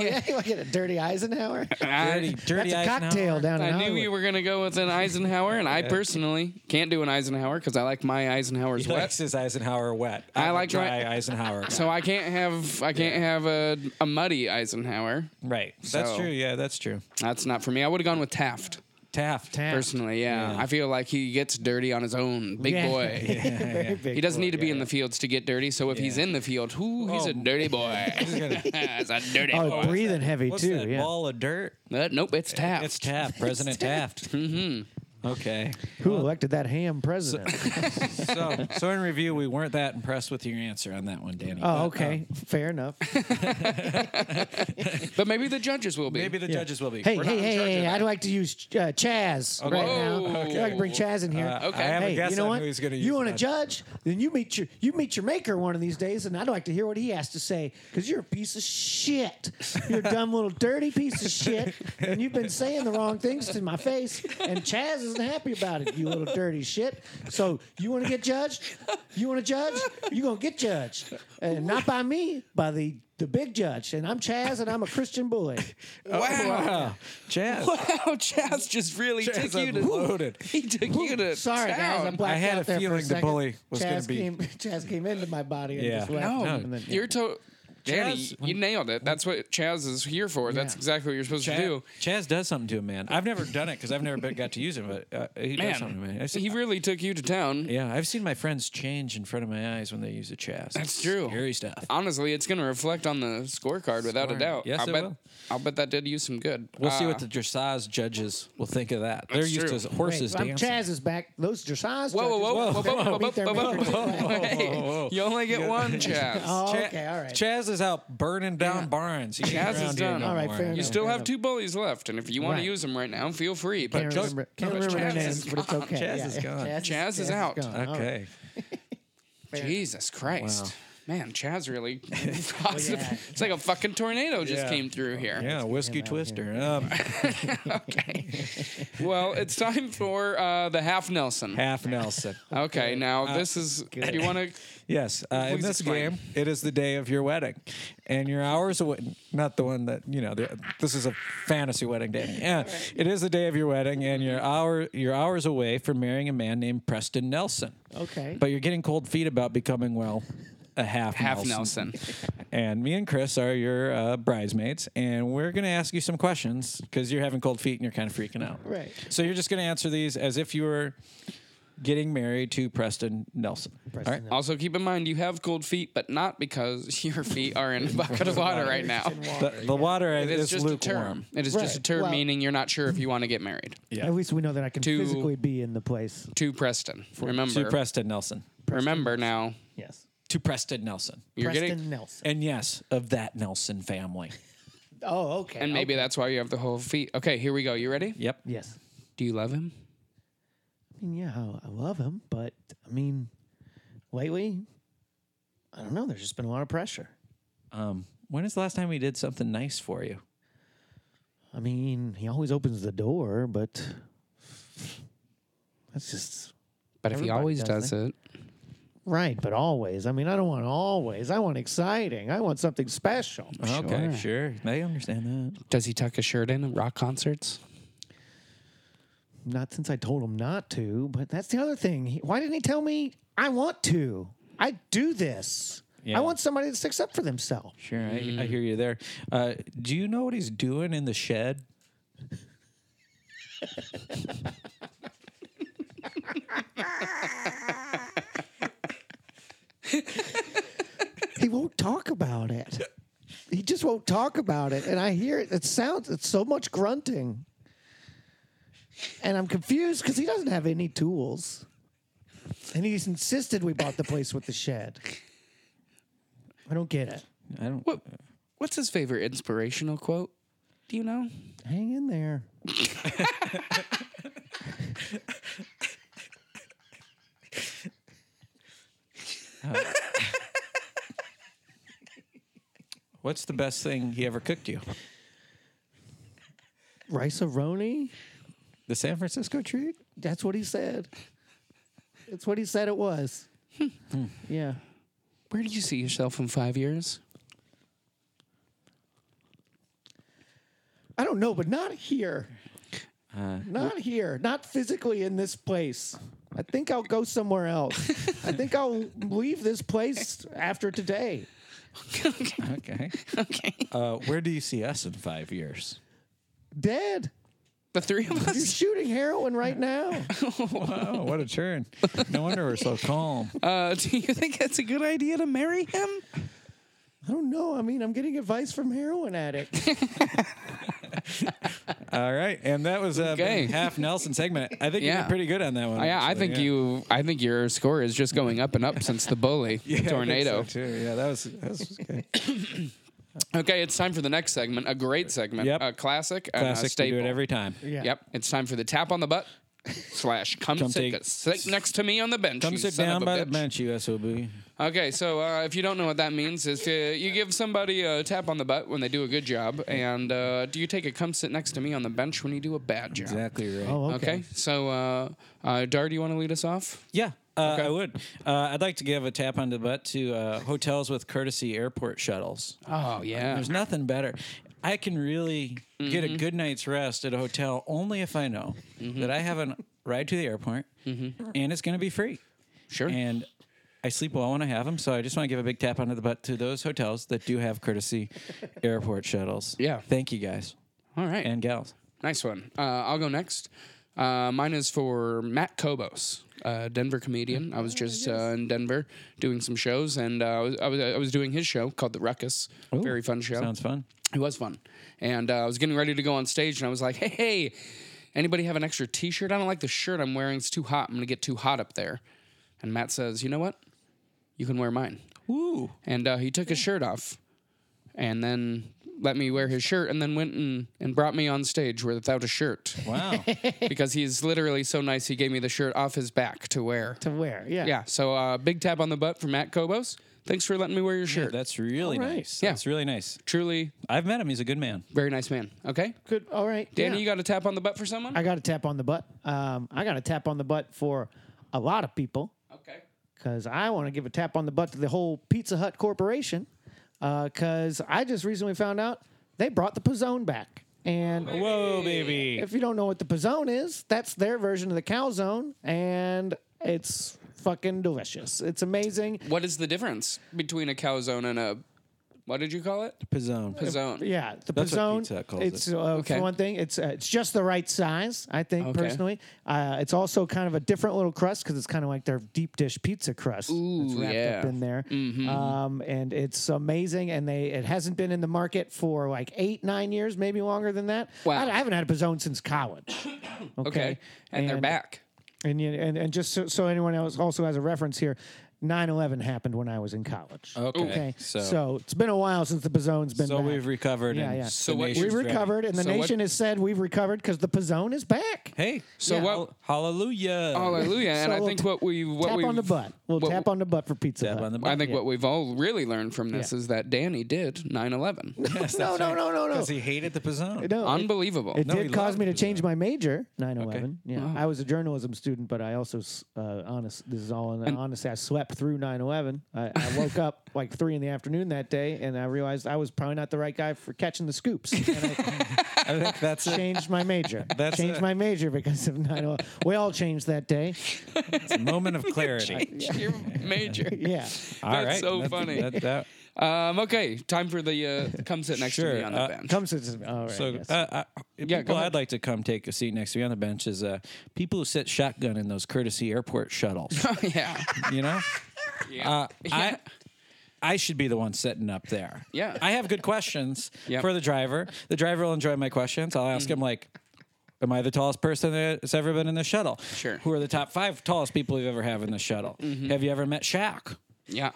D: <laughs>
F: yeah, you like it, a dirty Eisenhower.
E: dirty, dirty
F: That's a
E: Eisenhower. <laughs>
F: cocktail down in
D: I knew
F: Hollywood.
D: you were gonna go with an Eisenhower, and I personally can't do an Eisenhower because I like my Eisenhower's
E: He
D: wet.
E: likes his Eisenhower wet.
D: I
E: would
D: like
E: dry
D: my-
E: Eisenhower.
D: <laughs> So I can't have I can't have a, a muddy Eisenhower.
E: right. That's
D: So-
E: true. Yeah, that's true.
D: That's not for me. I would have gone with Taft.
E: Taft. <laughs>
F: Taft.
D: Personally, yeah. I feel like he gets dirty on his own. Big
F: <laughs> Yeah.
D: boy.
F: Very big
D: He doesn't
F: boy.
D: need to be in the fields to get dirty. So if he's in the field, whoo, he's a dirty boy. <laughs> It's a dirty
F: Oh,
D: boy.
F: breathing heavy
E: What's
F: too.
E: that
F: yeah.
E: ball of dirt?
D: Uh, nope, it's Taft.
E: It's
D: <laughs>
E: Taft, President Taft. mm-hmm. Okay.
F: Who elected that ham president?
E: So, so in review, we weren't that impressed with your answer on that one, Danny. uh,
F: oh, okay. Fair enough.
D: But maybe the judges will be.
E: Maybe the judges will be.
F: Hey,
D: We're not
F: hey,
D: in
F: hey,
D: charge of
F: hey,
D: that.
F: I'd like to use uh, Chaz right now.
D: Okay.
F: I'd like to bring Chaz in here.
E: Uh,
D: Okay.
E: I have
F: hey,
E: a guess
F: you know
E: on
F: what?
E: who he's going to use.
F: you want to
E: that.
F: judge? Then you meet your you meet your maker one of these days, and I'd like to hear what he has to say because you're a piece of shit. You're a dumb little dirty piece of shit, and you've been saying the wrong things to my face, and Chaz isn't happy about it. You little dirty shit. So you want to get judged? You want to judge? You're gonna get judged, and not by me, by the the big judge. And I'm Chaz, and I'm a Christian boy.
E: <laughs> Wow. Jazz.
D: <laughs> Wow, Chaz just really
E: Jazz
D: took you to.
E: unloaded.
D: <laughs> He took you to
F: Sorry, guys. I'm
D: town.
F: blacked
E: I had
F: out
E: a
F: there for
E: feeling the
F: second.
E: bully was
F: Chaz
E: gonna be-
F: Came, <laughs> Chaz came into my body and
E: Yeah.
F: just left.
D: No,
F: and then-
D: you're to. Danny,
E: Chaz-
D: you nailed it. That's what Chaz is here for. That's
F: Yeah.
D: exactly what you're supposed to
E: Chaz,
D: do.
E: Chaz does something to a man. I've never done it because I've never been, got to use him, but uh, he does something to me.
D: Man,
E: I've seen-
D: he really took you to town.
E: yeah, I've seen my friends change in front of my eyes when they use a Chaz.
D: That's true. Uh,
E: Scary stuff.
D: Honestly, it's going to reflect on the scorecard without a
E: Scorecard.
D: doubt.
E: Yes,
D: I'll
E: it
D: bet,
E: will.
D: I'll bet that did you some good.
E: We'll see
D: Uh,
E: what the dressage judges will think of that. They're
D: That's
E: used
D: true.
E: to
F: Wait,
E: horses
F: I'm
E: dancing. <laughs>
F: Chaz is back. Those dressage.
D: Whoa, whoa, whoa, whoa,
F: judges,
D: whoa,
F: they're
D: whoa,
F: gonna
D: whoa,
F: beat their
D: whoa,
F: makers
D: whoa,
F: in the back.
D: Hey, You only get one, Chaz.
F: <laughs> Oh,
E: Cha-
F: okay, all right.
E: Chaz is out burning down barns. He ain't
D: Chaz is
E: around here
D: done.
E: no
D: All
F: right,
E: more.
F: fair
D: You
F: enough.
D: still
F: fair
D: have two bullies left, and if you want to
F: Right.
D: use them right now, feel free. But
F: Can't
D: just-
F: remember, can't
E: no, but
F: remember
D: Chaz
F: their
D: is
F: names, but it's
D: gone.
F: okay.
E: Chaz is
F: yeah,
E: gone.
F: yeah,
D: Chaz is out.
F: gone. All right.
E: Okay.
D: Jesus Christ. Man,
E: <laughs>
D: Chaz really.
F: yeah.
D: It's like a fucking tornado just
E: Yeah.
D: came through here.
E: Yeah, whiskey twister. Um, <laughs>
D: Okay. well, it's time for uh, the half Nelson.
E: half Nelson. Uh,
D: Okay, now this is. You
E: <laughs>
D: want to?
E: Yes, uh, in
D: Please
E: this
D: explain.
E: game, it is the day of your wedding, and your hours away. Not the one that you know. The, this is a fantasy wedding day. Yeah, it is the day of your wedding, and your hour your hours away from marrying a man named Preston Nelson.
F: Okay.
E: But you're getting cold feet about becoming well a half
D: Half
E: Nelson.
D: Nelson.
E: <laughs> And me and Chris are your uh, bridesmaids, and we're gonna ask you some questions because you're having cold feet and you're kind of freaking out.
F: Right.
E: So you're just gonna answer these as if you were getting married to Preston Nelson. All right.
D: Also, keep in mind you have cold feet, but not because <laughs> your feet are
E: <laughs>
D: in a bucket of water right now.
E: The, the water
D: It
E: is,
D: is just a
E: lukewarm.
D: term. It is just a
F: Right,
D: term
F: well-
D: meaning you're not sure if you want to get married
E: Yeah.
F: At least we know that I can
D: To-
F: physically be in the place.
D: to Preston.
E: To
D: Remember,
E: Preston Nelson.
D: remember now.
F: Yes.
E: To Preston Nelson.
D: You're
F: Preston
D: getting,
F: Nelson.
E: And yes, of that Nelson family.
F: Oh, okay.
D: and maybe
F: okay.
D: that's why you have the whole feet. Okay, here we go. You ready?
E: Yep.
F: Yes.
D: Do you love him?
F: I mean, yeah, I- I love him, but I mean, lately, I don't know. There's just been a lot of pressure.
E: Um, when is the last time we did something nice for you?
F: I mean, he always opens the door, but that's just
D: But if he
F: Everybody
D: always
F: does
D: does,
E: eh?
D: it,
F: right. But always, I mean, I don't want always. I want exciting. I want something special.
E: Okay, sure. I understand that.
D: does he tuck his shirt in at rock concerts?
F: Not since I told him not to, but that's the other thing. He, why didn't he tell me I want to? I do this.
E: Yeah.
F: I want somebody that sticks up for themselves.
E: Sure,
D: Mm.
E: I, I hear you there. Uh, do you know what he's doing in the shed?
F: He won't talk about it. He just won't talk about it. And I hear it. It sounds, it's so much grunting. And I'm confused because he doesn't have any tools. And he's insisted we bought the place with the shed. I don't get it.
E: I don't.
D: What, what's his favorite inspirational quote? Do you know?
F: Hang in there.
E: What's the best thing he ever cooked you?
F: Rice Roni?
E: The San Francisco treat?
F: That's what he said. That's what he said it was. yeah.
D: Where do you see yourself in five years?
F: I don't know, but not here.
D: Uh,
F: not here. Not physically in this place. I think I'll go somewhere else. I think I'll leave this place after today.
D: <laughs>
E: Okay. okay. Uh, where do you see us in five years?
F: Dead.
D: The three
E: <laughs>
D: of
F: You're
D: us.
F: shooting heroin right now.
E: Wow, Oh, what a turn. No wonder we're so calm.
D: Uh, do you think it's a good idea to marry him?
F: I don't know. I mean, I'm getting advice from heroin addicts.
E: All right. And that was uh,
D: Okay.
E: half Nelson segment. I think you
D: Yeah.
E: did pretty good on that one.
D: yeah, I
E: actually,
D: think
E: yeah.
D: you. I think your score is just going up and up since the bully
E: <laughs> <laughs> Yeah, I think so,
D: tornado.
E: too. Yeah, that was, that
D: <laughs>
E: was good.
D: Okay, it's time for the next segment. A great segment.
E: Yep.
D: A classic. and a
E: Classic. We
D: staple.
E: do it every time.
F: Yeah.
D: Yep. It's time for the tap on the butt. Slash, come,
E: Come
D: sit,
E: take-
D: sit next to me on the bench.
E: Come
D: you
E: sit
D: son
E: down
D: of a
E: by the
D: bitch.
E: bench, you SOB.
D: Okay, so uh, if you don't know what that means, is uh, you give somebody a tap on the butt when they do a good job, and uh, do you take a come sit next to me on the bench when you do a bad job?
E: Exactly right.
F: Oh,
D: Okay. So, uh, uh, Dar, do you want to lead us off?
E: Yeah, uh, I would. Uh, I'd like to give a tap on the butt to uh, hotels with courtesy airport shuttles.
D: Oh yeah.
E: There's nothing better. I can really get
D: Mm-hmm.
E: a good night's rest at a hotel only if I know that I have a ride to the airport
D: Mm-hmm.
E: and it's going to be free.
D: Sure.
E: And I sleep well when I have them, so I just want to give a big tap on the butt to those hotels that do have
D: <laughs>
E: courtesy airport shuttles.
D: Yeah.
E: Thank you guys
D: All right.
E: and gals.
D: nice one. Uh, I'll go next. Uh, mine is for Matt Kobos, a Denver comedian. I was just uh, in Denver doing some shows, and uh, I, was, I was I was doing his show called The Ruckus. Very fun show.
E: Sounds fun.
D: It was fun. And uh, I was getting ready to go on stage, and I was like, hey, hey, anybody have an extra t shirt? I don't like the shirt I'm wearing. It's too hot. I'm going to get too hot up there. And Matt says, you know what? You can wear mine.
E: Woo.
D: And uh, he took his shirt off and then let me wear his shirt and then went and, and brought me on stage without a
F: <laughs>
D: shirt <laughs>
E: Wow.
D: because he's literally so nice. He gave me the shirt off his back to wear.
F: To where? Yeah.
D: Yeah. So uh, big tap on the butt from Matt Kobos. Thanks for letting me wear your shirt.
E: That's really
F: All right.
E: nice.
D: Yeah.
E: That's really nice.
D: Truly,
E: I've met him. He's a good man.
D: very nice man. Okay.
F: Good. All right.
D: Danny,
F: yeah.
D: you got a tap on the butt for someone?
F: I got to tap on the butt. Um, I got to tap on the butt for a lot of people
D: okay.
F: because I want to give a tap on the butt to the whole Pizza Hut Corporation because I just recently found out they brought the Pizzone back. And
E: Whoa, baby.
F: if you don't know what the Pizzone is, that's their version of the Calzone, and it's fucking delicious. It's amazing.
D: What is the difference between a calzone and a what did you call it?
E: Pizzone.
D: Pizzone.
F: Yeah, the
E: That's what
F: Pizzone.
E: Pizza Hut calls
F: it's
E: it.
F: uh,
D: Okay.
F: for one thing. It's uh, it's just the right size, I think
D: Okay.
F: personally. Uh, it's also kind of a different little crust because it's kind of like their deep dish pizza crust that's wrapped up
D: yeah. Mm-hmm.
F: in there. Um, and it's amazing. And they it hasn't been in the market for like eight nine years, maybe longer than that.
D: Wow.
F: I, I haven't had a Pizzone since college.
D: <coughs>
F: Okay,
D: Okay. And, they're back.
F: And you, and, and just so, so anyone else also has a reference here, 9-11 happened when I was in college.
E: Okay,
F: So,
E: so-
F: it's been a while since the Pizzone's been
E: So
F: back.
E: we've recovered.
F: Yeah,
E: and
F: yeah.
E: the
D: what-
E: nation's
F: We
E: ready.
F: recovered, and the
D: So what-
F: nation has said we've recovered because the Pizzone is back.
E: Hey,
D: So
E: yeah.
D: what-
E: hall- Hallelujah.
D: Hallelujah. and
F: So
D: I
F: we'll
D: think
F: t-
D: what we what
F: tap
D: we
F: on the butt. We'll
D: what-
F: tap on the butt for pizza.
E: Tap
F: Hut.
E: on the
D: I
E: butt.
D: think what we've all really learned from this
F: Yeah.
D: is that Danny did
F: <laughs>
D: 9/11.
E: Yes, <laughs>
F: No,
E: that's
F: no,
E: right.
F: no, no, no.
E: Because he hated the pizzone.
F: No, it-
D: Unbelievable.
F: It
E: No,
F: did
E: he
F: cause
E: loved
F: me to
E: Pizzone.
F: change my major, Uh-huh. 9/11. Yeah, I was a journalism student, but I also s- uh, honest. This is all an honest. I slept through 9/11. I, I woke up <laughs> like three in the afternoon that day, and I realized I was probably not the right guy for catching the scoops. And
E: I think that's
F: <laughs> I
E: it.
F: changed my major.
E: That's
F: changed
E: it.
F: my major because of 9/11. We all changed that day.
E: It's a moment of clarity.
D: <laughs> You're major.
F: <laughs> Yeah.
E: All right.
D: so funny.
E: That, that,
D: Um, okay, time for the uh, come sit next to
E: Sure,
D: me on the
E: uh,
D: bench. <laughs>
F: Comes to all right.
E: so,
F: yes.
E: uh, uh, people
D: go ahead.
E: I'd like to come take a seat next to me on the bench is uh, people who sit shotgun in those courtesy airport shuttles.
D: Oh, yeah.
E: you
D: <laughs>
E: know,
D: Yeah.
E: uh,
D: Yeah.
E: I I should be the one sitting up there.
D: Yeah.
E: I have good questions
D: <laughs> Yep. Mm-hmm.
E: for the driver. The driver will enjoy my questions. I'll ask him like, "Am I the tallest person that's ever been in the shuttle?
D: Sure. Mm-hmm.
E: Who are the top five tallest people you've ever have in the shuttle? Have you ever met Shaq?
F: <laughs>
D: yeah.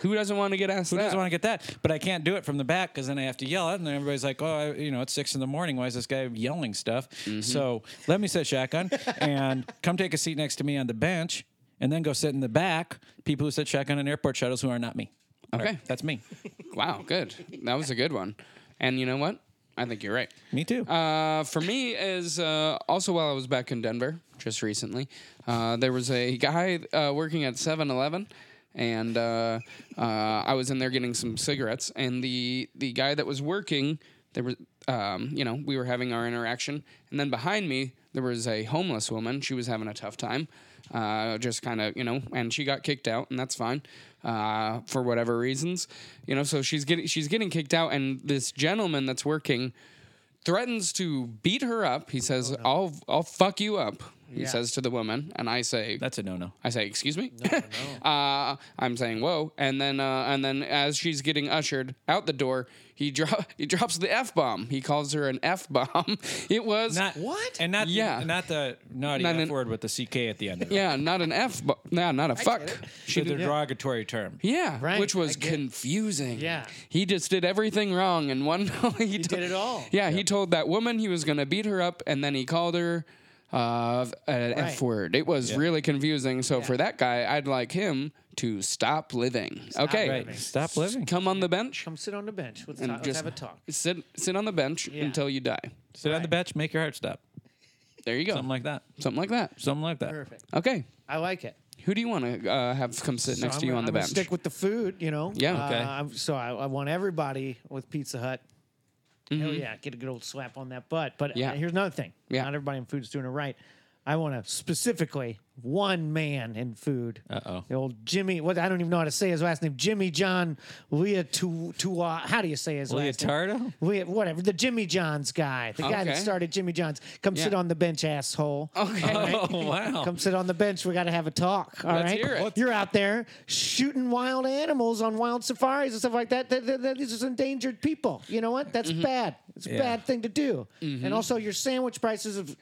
D: Who doesn't want to get asked
E: Who
D: that?
E: doesn't want to get that? But I can't do it from the back because then I have to yell it, and then everybody's like, "Oh, I, you know, it's six in the morning. Why is this guy yelling stuff?"
D: Mm-hmm.
E: So let me sit shotgun and <laughs> come take a seat next to me on the bench, and then go sit in the back. People who sit shotgun in airport shuttles who are not me. All
D: Okay.
E: that's
D: <laughs>
E: me.
D: wow, good. That was a good one. And you know what? I think you're right.
E: Me too.
D: Uh, for me is uh, also while I was back in Denver just recently, uh, there was a guy uh, working at 7-Eleven. And uh, uh, I was in there getting some cigarettes, and the the guy that was working, there was, um, you know, we were having our interaction, and then behind me there was a homeless woman. She was having a tough time, uh, just kind of, you know, and she got kicked out, and that's fine uh, for whatever reasons, you know. So she's getting she's getting kicked out, and this gentleman that's working threatens to beat her up. He says, "I'll I'll fuck you up." He says to the woman, and I say,
E: That's a no-no.
D: I say, "Excuse me." <laughs> uh, I'm saying, "Whoa!" And then, uh, and then, as she's getting ushered out the door, he dro- <laughs> he drops the f bomb. He calls her an f bomb. <laughs> it was
E: Not
F: What?
E: And not
D: Yeah.
E: the, not the naughty
D: Not
E: F
D: an-
E: word with the CK at the end of it.
D: yeah, not an f bomb. No, not a fuck.
E: She the derogatory term.
D: Yeah,
F: Right,
D: which was
F: I get it.
D: confusing.
F: Yeah.
D: he just did everything wrong in one. <laughs> he
F: did it all.
D: Yeah, he told that woman he was going to beat her up, and then he called her uh, an F word. It was really confusing. So for that guy, I'd like him to stop living. okay,
F: living.
E: Stop living.
D: come on the bench,
F: Come sit on the bench. Let's,
D: and
F: talk, let's
D: just
F: have a talk.
D: Sit sit on the bench
F: Yeah.
D: until you die.
E: Sit on the bench, make your heart stop.
D: There you go.
E: Something like that.
D: Something like that.
E: Something like that.
F: Perfect.
D: Okay,
F: I like it.
D: who do you want to uh, have come sit next
F: So
D: to you
F: I'm
D: on
F: gonna-
D: the
F: I'm gonna
D: bench?
F: Stick with the food, you know.
D: Yeah. Okay.
F: Uh, I'm- so I, I want everybody with Pizza Hut. Hell yeah, get a good old slap on that butt. But
D: Mm-hmm. Yeah.
F: uh, here's another thing.
D: Yeah.
F: Not everybody in food's doing it right. I want to specifically one man in food. Uh
E: Uh-oh.
F: The old Jimmy. What I don't even know how to say his last name. Jimmy John Leah Tu Tua. How do you say his last name?
E: Leotardo?
F: Leah, whatever. The Jimmy John's guy. The guy that
D: Okay.
F: started Jimmy John's. Come sit on the bench, asshole.
D: <laughs> okay.
E: Oh, <laughs> wow.
F: Come sit on the bench. We got to have a talk. All
D: Let's
F: right?
D: hear it.
F: You're out there shooting wild animals on wild safaris and stuff like that. Th- th- th- These are endangered people. You know what?
D: Mm-hmm.
F: That's bad. It's a bad thing to do. And also, your sandwich prices have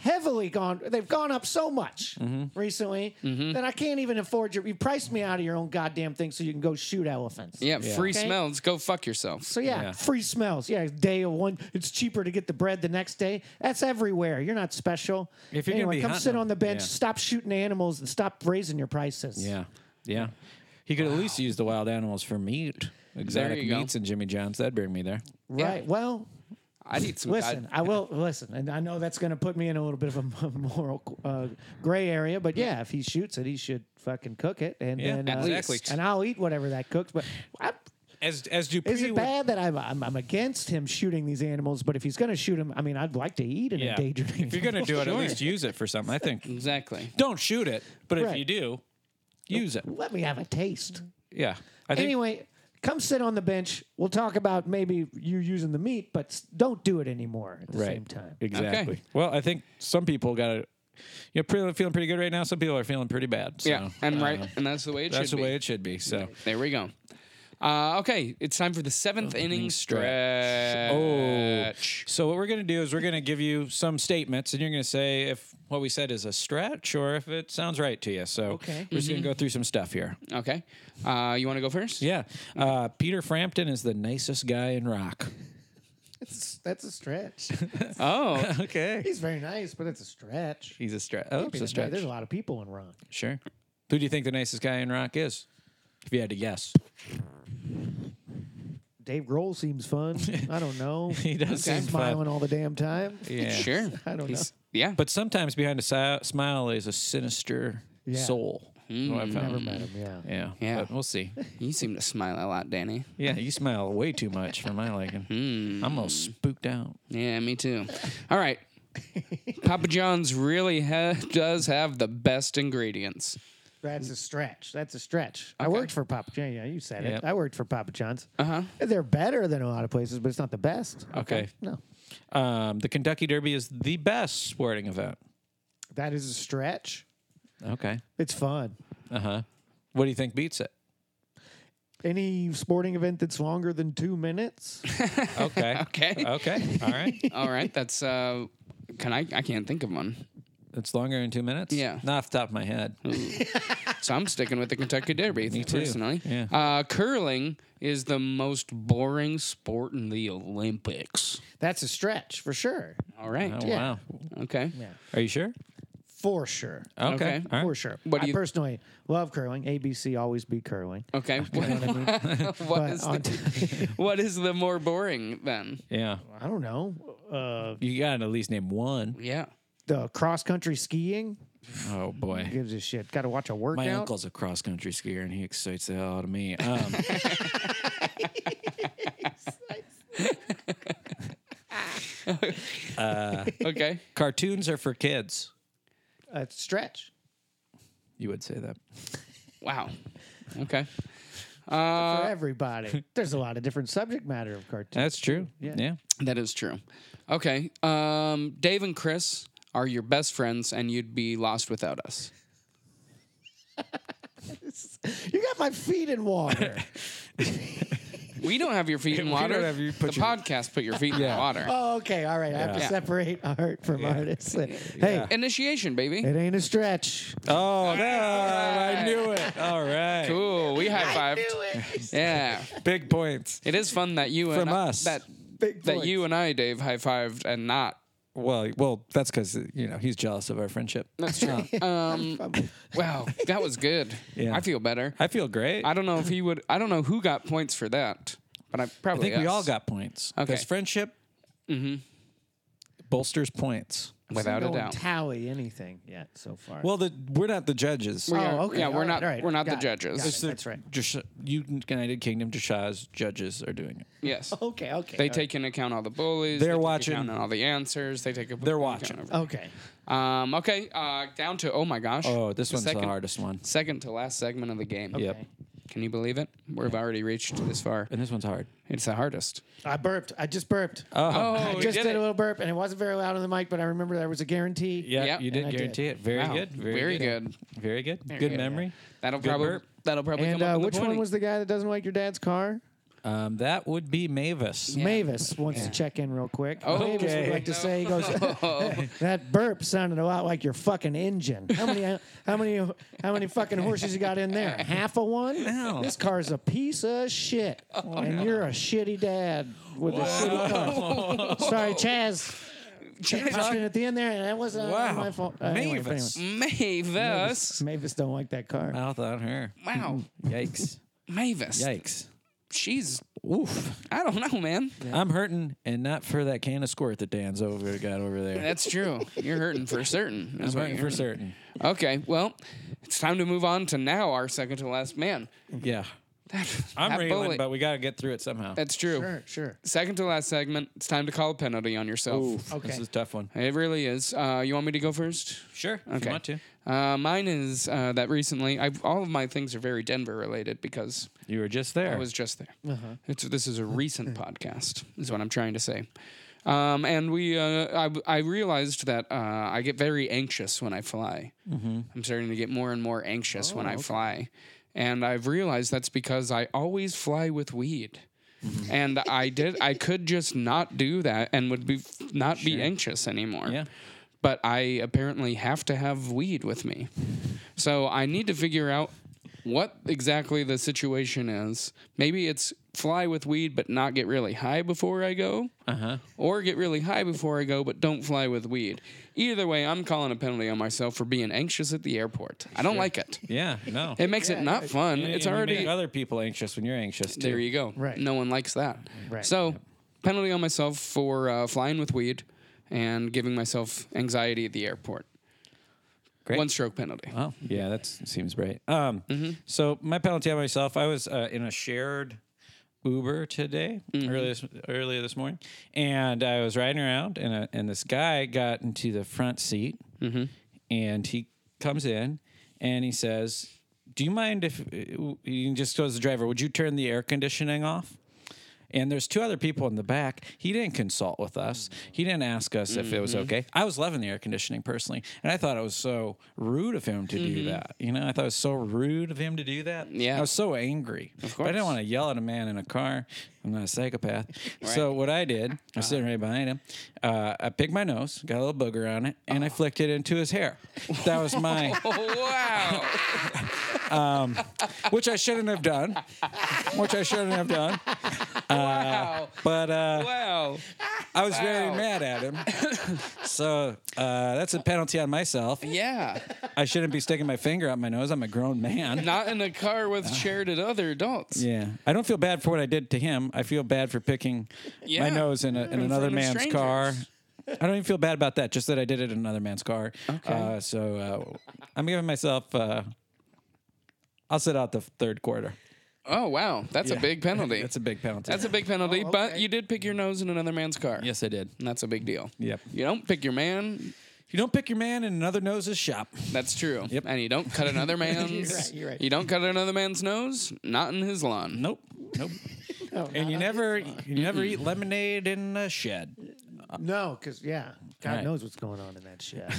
F: heavily gone. They've gone up so much
D: Mm-hmm.
F: recently that I can't even afford your. You priced me out of your own goddamn thing so you can go shoot elephants.
D: Yeah, free
F: Okay.
D: smells. Go fuck yourself.
F: So yeah,
E: Yeah.
F: free smells. Yeah, day of one. It's cheaper to get the bread the next day. That's everywhere. You're not special.
E: If you're gonna
F: anyway,
E: be
F: come
E: hunting
F: sit
E: them,
F: on the bench.
E: yeah.
F: Stop shooting animals and stop raising your prices.
E: Yeah. Yeah. He could at least use the wild animals for meat. Exotic
D: you go.
E: meats and Jimmy John's. That'd bring me there.
F: Right. Well,
D: I need some.
F: listen. I, will listen, and I know that's going to put me in a little bit of a <laughs> mo- moral uh, gray area. But yeah, if he shoots it, he should fucking cook it, and
E: Yeah,
F: then uh,
E: exactly.
F: And I'll eat whatever that cooks. But I,
E: As as Dupree
F: is it
E: would-
F: bad that I'm, I'm I'm against him shooting these animals? But if he's going to shoot them, I mean, I'd like to eat an
E: Yeah.
F: endangered.
E: If you're gonna
F: <laughs>
E: do it, at least use it for something. I think
D: exactly.
E: don't shoot it, but if
F: Right.
E: you do, use it.
F: let me have a taste.
E: Yeah. I think
F: anyway, come sit on the bench. We'll talk about maybe you using the meat, but s- don't do it anymore at the
E: right.
F: same time.
E: Exactly. Well, I think some people got it. You're pre- feeling pretty good right now. Some people are feeling pretty bad. So Uh,
D: Yeah, and right, and that's the way it
E: that's the
D: should be.
E: way it should be. So
D: there we go. Uh, okay, it's time for the seventh inning stretch. Oh,
E: So what we're going to do is we're going to give you some statements, and you're going to say if what we said is a stretch or if it sounds right to you. So
F: Okay. Mm-hmm.
E: we're just going to go through some stuff here.
D: okay. Uh, you want to go first?
E: Oh. Yeah, uh, Peter Frampton is the nicest guy in
F: <laughs>
E: rock.
F: That's, that's a stretch.
E: <laughs>
D: Oh,
E: Okay,
F: He's very nice, but it's a stretch.
E: he's a stretch. Oh,
F: I mean,
E: it's a stretch.
F: There's a lot of people in Ron.
E: Sure. Who do you think the nicest guy in rock is? If you had to guess,
F: Dave Grohl seems fun.
E: <laughs>
F: I don't know.
E: he does
F: He's
E: seem fun.
F: smiling all the damn time.
E: Yeah.
D: sure.
F: I don't know.
D: Yeah,
E: But sometimes behind a si- smile is a sinister
F: Yeah. Hmm.
E: soul. Oh, I found.
F: Never met him. Yeah.
E: Yeah.
D: Yeah.
E: But we'll see.
D: you seem to smile a lot, Danny.
E: Yeah, you smile way too much for my liking. I'm all spooked out.
D: Yeah, me too.
E: <laughs>
D: All right. Papa John's really ha- does have the best ingredients.
F: That's a stretch. That's a stretch. I worked for Papa John's. Yeah, you said
E: Yep.
F: it. I worked for Papa John's. Uh
D: Uh-huh.
F: huh. They're better than a lot of places, but it's not the best.
E: Okay.
F: No.
E: Um, the Kentucky Derby is the best sporting event.
F: That is a stretch.
E: Okay.
F: It's fun.
E: Uh huh. What do you think beats <laughs> it?
F: Any sporting event that's longer than two minutes?
E: Okay.
D: Okay.
E: Okay. All <laughs> right.
D: All right, that's uh, can I? I can't think of one,
E: It's longer than two minutes.
D: Yeah.
E: Not off the top of my head.
D: so I'm sticking with the Kentucky Derby. Me
E: too.
D: Personally,
E: Yeah.
D: uh, curling is the most boring sport in the Olympics.
F: <laughs> That's a stretch for sure.
D: All right.
E: Oh
F: Yeah.
E: wow.
D: Okay.
E: Are you sure?
F: For sure.
E: Okay.
D: Okay.
E: All
F: For
E: right.
F: sure.
D: Uh, What do
F: I
D: you-
F: personally love curling. ABC always
D: <laughs>
F: be curling.
D: Okay. what,
E: <laughs>
F: But
D: is
F: on-
D: the, what is the more boring then?
E: Yeah.
F: <laughs> I don't know. Uh,
E: You got to at least name one.
D: Yeah.
F: the cross country skiing
E: Oh boy.
F: gives a shit. Got to watch a workout.
E: My uncle's a cross country skier, and he excites the hell out of me. <laughs> Um,
D: Okay.
E: cartoons are for kids.
F: a stretch.
E: You would say that.
D: wow. Okay. Uh, <laughs>
F: for everybody. There's a lot of different subject matter of cartoons.
E: That's true. Yeah.
D: That is true. Okay. Um, Dave and Chris are your best friends, and you'd be lost without us.
F: <laughs> You got my feet in water.
D: <laughs> We don't have your
E: <laughs>
D: feet in water.
E: don't have you put
D: the
E: your-
D: podcast put your feet in the water.
F: oh, okay. All right. I have to
D: Yeah.
F: separate <laughs> art from artists. Hey,
D: Initiation, baby.
F: it ain't a stretch.
E: Oh, no, <laughs> I knew it. All right.
D: Cool. We high <laughs> fived. Yeah.
E: Big points.
D: It is fun that you and
E: From
D: I,
E: us.
D: that
F: Big
D: that
F: points.
D: you and I, Dave, high fived and not.
E: Well, well, that's because you know he's jealous of our friendship. Uh,
D: That's true. um, wow, that was good.
E: Yeah.
D: I feel better.
E: I feel great.
D: I don't know if he would. I don't know who got points for that, but I
E: I
D: probably.
E: think we
D: us.
E: all got points.
D: Okay.
E: Because friendship bolsters points.
D: without a
F: no
D: doubt.
F: Tally anything yet so far? Oh,
E: Well, the, we're not the judges.
D: We are- Yeah,
F: all
D: we're
F: right,
D: not.
F: all right.
D: We're not the
F: Got it,
D: judges.
F: got it.
E: It's the
F: that's right.
E: Jash- United Kingdom Jashah's judges are doing it.
D: Yes.
F: okay, okay.
D: They
F: all
D: take into account all the bullies.
E: They're
D: they take
E: watching.
D: account all the answers. They take.
E: They're watching.
F: right. Okay.
D: Um. Okay. Uh. Down to oh my gosh.
E: Oh, this
D: The
E: one's
D: second-
E: the hardest one.
D: Second to last segment of the game.
E: Yep.
D: Can you believe it? We've already reached this far.
E: And this one's hard.
D: It's the hardest.
F: I burped. I just burped.
D: Oh,
F: I
D: we
F: just did,
D: it.
F: a little burp, and it wasn't very loud on the mic, but I remember there was a guarantee.
E: Yeah,
D: Yep.
E: you
D: And
E: did
F: I did.
E: guarantee it. Very
D: Wow.
E: good. Very,
D: Very
E: good.
D: good.
E: Very good. good memory.
D: That'll
E: Good
D: probably.
E: burp.
D: That'll probably
F: And
D: come up
F: uh,
D: in the
F: which one
D: 20.
F: was the guy that doesn't like your dad's car?
E: Um, that would be Mavis.
F: Mavis wants to check in real quick. Mavis would
D: Okay.
F: like to say, he
E: <laughs>
F: goes,
E: Oh.
F: <laughs> that burp sounded a lot like your fucking engine. How many, how many, how many fucking horses you got in there? Half a one. This car's a piece of shit,
E: Oh,
F: and you're a shitty dad with a shitty car. Sorry, Chaz. Chaz <laughs> popped in at the end there, and that wasn't
E: Wow.
F: my fault. Uh, anyway,
E: Mavis. Uh,
F: but anyway.
D: Mavis.
F: Mavis don't like that car.
E: Mouth on her.
D: Wow.
E: Yikes.
D: Mavis.
E: Yikes.
D: She's.
E: Oof.
D: I don't know, man.
E: I'm hurting, and not for that can of squirt that Dan's over got over there.
D: That's true. You're hurting for certain. That's
E: I'm
D: what
E: hurting
D: you're-
E: for certain.
D: Okay, well, it's time to move on to now our second to last man.
E: Yeah. I'm
D: that
E: reeling,
D: bullet-
E: but we got to get through it somehow.
D: That's true.
F: Sure, sure.
D: Second to last segment. It's time to call a penalty on yourself.
E: This
F: Okay.
E: is a tough one.
D: It really is. Uh, you want me to go first?
E: Sure. If
D: Okay.
E: you want to.
D: Uh, mine is uh, that recently. I've, all of my things are very Denver related because
E: You were just there.
D: I was just there. It's, this is a recent podcast, is what I'm trying to say. Um, and we, uh, I, I realized that uh, I get very anxious when I fly. I'm starting to get more and more anxious when I fly, and I've realized that's because I always fly with weed. and I did. I could just not do that, and would be not be anxious anymore.
E: Yeah.
D: But I apparently have to have weed with me, so I need to figure out what exactly the situation is. Maybe it's fly with weed, but not get really high before I go,
E: Uh-huh.
D: or get really high before I go, but don't fly with weed. Either way, I'm calling a penalty on myself for being anxious at the airport. I don't like it.
E: yeah. No.
D: It makes it not fun.
E: And-
D: It's
E: and you
D: already
E: make other people anxious when you're anxious too.
D: there you go.
F: Right.
D: No one likes that.
F: Right.
D: So, penalty on myself for uh, flying with weed and giving myself anxiety at the airport.
E: Great.
D: One stroke penalty. <laughs>
E: Oh, yeah, that seems right. Um, So my penalty on myself, I was uh, in a shared Uber today earlier this, earlier this morning, and I was riding around, and uh, and this guy got into the front seat, and he comes in, and he says, "Do you mind if uh, he just goes to the driver? Would you turn the air conditioning off?" And there's two other people in the back. He didn't consult with us. He didn't ask us if it was
D: Mm-hmm.
E: okay. I was loving the air conditioning personally, and I thought it was so rude of him to do that. You know, I thought it was so rude of him to do that.
D: Mm-hmm. Yeah.
E: I was so angry. Of course, I didn't want to yell at a man in a car. I'm not a psychopath. So what I did, I was
D: Uh-huh.
E: sitting right behind him. Uh, I picked my nose, got a little booger on it, and
D: Uh-huh.
E: I flicked it into his hair. That was
D: <laughs>
E: my,
D: Oh, wow.
E: which I shouldn't have done, which I shouldn't have done.
D: <laughs> wow.
E: But uh,
D: Wow.
E: I was very
D: Wow.
E: mad at
D: <laughs>
E: him. so uh, that's a penalty on myself.
D: Yeah.
E: I shouldn't be sticking my finger up my nose. I'm a grown man.
D: Not in a car with shared at other adults.
E: Yeah, I don't feel bad for what I did to him. I feel bad for picking
D: Yeah.
E: my nose in, a, in another
D: front of
E: man's
D: strangers.
E: car. I don't even feel bad about that. Just that I did it in another man's car. Uh, so uh, I'm giving myself. Uh, I'll sit out the third quarter.
D: Oh, wow. That's a big penalty.
E: <laughs> That's a big penalty.
D: That's a big penalty, but you did pick your nose in another man's car.
E: yes, I did.
D: And that's a big deal.
E: Yep.
D: You don't pick your man
E: You don't pick your man in another nose's shop.
D: That's true. Yep. And you don't cut another man's.
F: right, you're right.
D: You don't cut another man's nose. Not in his lawn.
E: Nope.
F: <laughs>
E: Nope. and you never you never eat lemonade in a shed.
F: No, because yeah, God
E: uh, right.
F: knows what's going on in that
E: <sighs>
F: shed.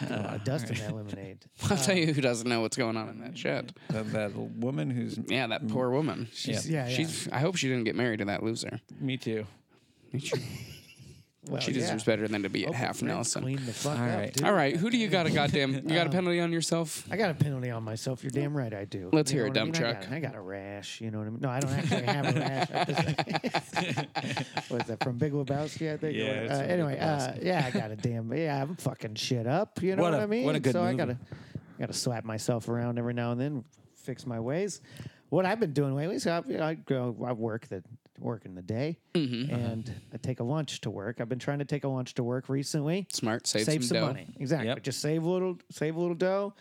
F: Put a lot of dust in that lemonade.
D: I'll
F: Uh,
D: tell you who doesn't know what's going on in that shed.
E: That, that woman who's
D: Yeah, that poor woman. She's,
F: Yeah, yeah.
D: She's. I hope she didn't get married to that loser.
E: me too.
F: Well,
D: She
F: yeah.
D: deserves better than to be at half Nelson.
F: Clean the fuck up,
E: right.
F: dude.
D: All right, who do you got
F: <laughs>
D: a goddamn? You got a penalty on yourself?
F: I got a penalty on myself. You're damn right I do.
D: Let's
F: You
D: hear
F: know
D: it,
F: what I
D: dump
F: mean? I
D: truck.
F: got- I got, a rash. You know what I mean? No, I don't actually have a rash. I
D: <laughs>
F: just- <laughs> what is that from Big Lebowski? I think.
E: Yeah,
F: Or what-
E: it's
F: uh,
E: from Big
F: anyway, uh, yeah, I got a damn. Yeah, I'm fucking shit up. You know
E: What
F: what,
E: a-
F: I mean?
E: what a good
F: so I
E: movie.
F: gotta, I gotta slap myself around every now and then, fix my ways. What I've been doing lately is I, I go, I work the work in the day,
D: Mm-hmm.
F: and I take a lunch to work. I've been trying to take a lunch to work recently
D: Smart, save,
F: save
D: some,
F: some
D: dough. <laughs>
F: money. Exactly.
E: Yep.
F: Just save a little, save a little dough,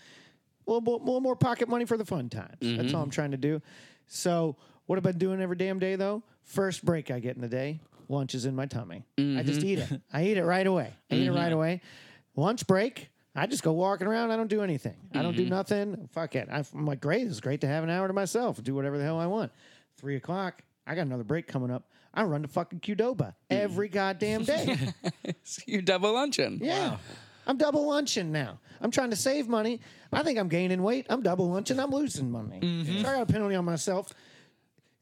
F: a little, bo- little more pocket money for the fun times.
D: Mm-hmm.
F: That's all I'm trying to do. So, what I've been doing every damn day though, first break I get in the day, lunch is in my tummy. I
D: Mm-hmm.
F: just eat it. I eat it right away. I eat it right away. Lunch break. I just go walking around. I don't do anything. I don't do
D: Mm-hmm.
F: nothing. Fuck it. I- I'm like, great. It's great to have an hour to myself. Do whatever the hell I want. Three o'clock. I got another break coming up. I run to fucking
D: Mm.
F: Qdoba every goddamn day.
D: <laughs> You double luncheon.
F: Yeah. <laughs> I'm double lunching now. I'm trying to save money. I think I'm gaining weight. I'm double lunching. I'm losing money.
D: Mm-hmm.
F: So I got a penalty on myself.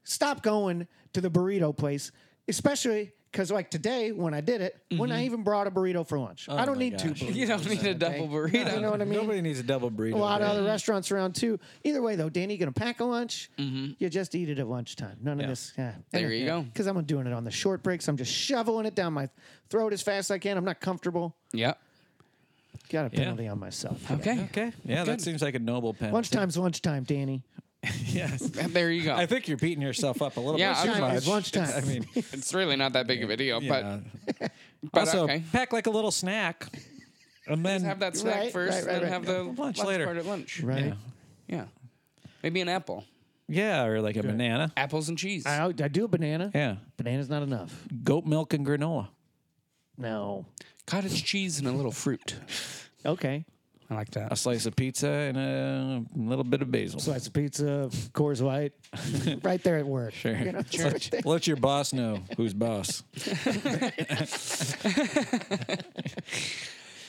F: Stop going to the burrito place, especially because, like today, when I did it, when
D: Mm-hmm.
F: I even brought a burrito for lunch, I don't
E: my
F: need two
E: gosh.
F: burritos.
D: Oh You don't need a double burrito.
F: You know what I mean?
E: Nobody needs a double burrito.
F: a lot of other restaurants around too. Either way, though, Danny, you gonna pack a lunch. You just eat it at lunchtime. None of this. Yeah.
D: Mm-hmm. There you go.
F: Because I'm doing it on the short breaks. I'm just shoveling it down my throat as fast as I can. I'm not comfortable.
D: Yep.
F: Got a penalty on myself. for that.
D: Okay. <laughs>
E: Okay. Yeah, that seems like a noble penalty.
F: Lunchtime's lunchtime, Danny.
E: Yes.
D: There you go.
E: I think you're beating yourself up a little
D: <laughs> Yeah,
E: bit.
D: I'm-
E: too
F: Lunchtime
E: much.
F: is lunchtime.
E: I mean,
D: it's really not that big of a deal,
E: yeah.
D: but, but
E: also
D: okay.
E: pack like a little snack, and then
D: Have that snack
F: Right,
D: first,
F: right, right,
D: then
F: right.
D: have the lunch,
E: later.
D: part at lunch.
F: right?
E: Yeah.
D: Yeah. Maybe an apple.
E: yeah, or like a banana.
D: Apples and cheese.
F: I, I do a banana.
E: Yeah,
F: Banana's not enough.
E: goat milk and granola.
F: No.
D: Cottage cheese and a little fruit.
F: Okay.
D: I like
E: A
D: that.
E: slice of pizza and a little bit of basil.
F: Slice of pizza,
E: <laughs>
F: Coors Light, right there at work.
E: Sure.
F: <laughs>
E: Let, let your boss know who's boss.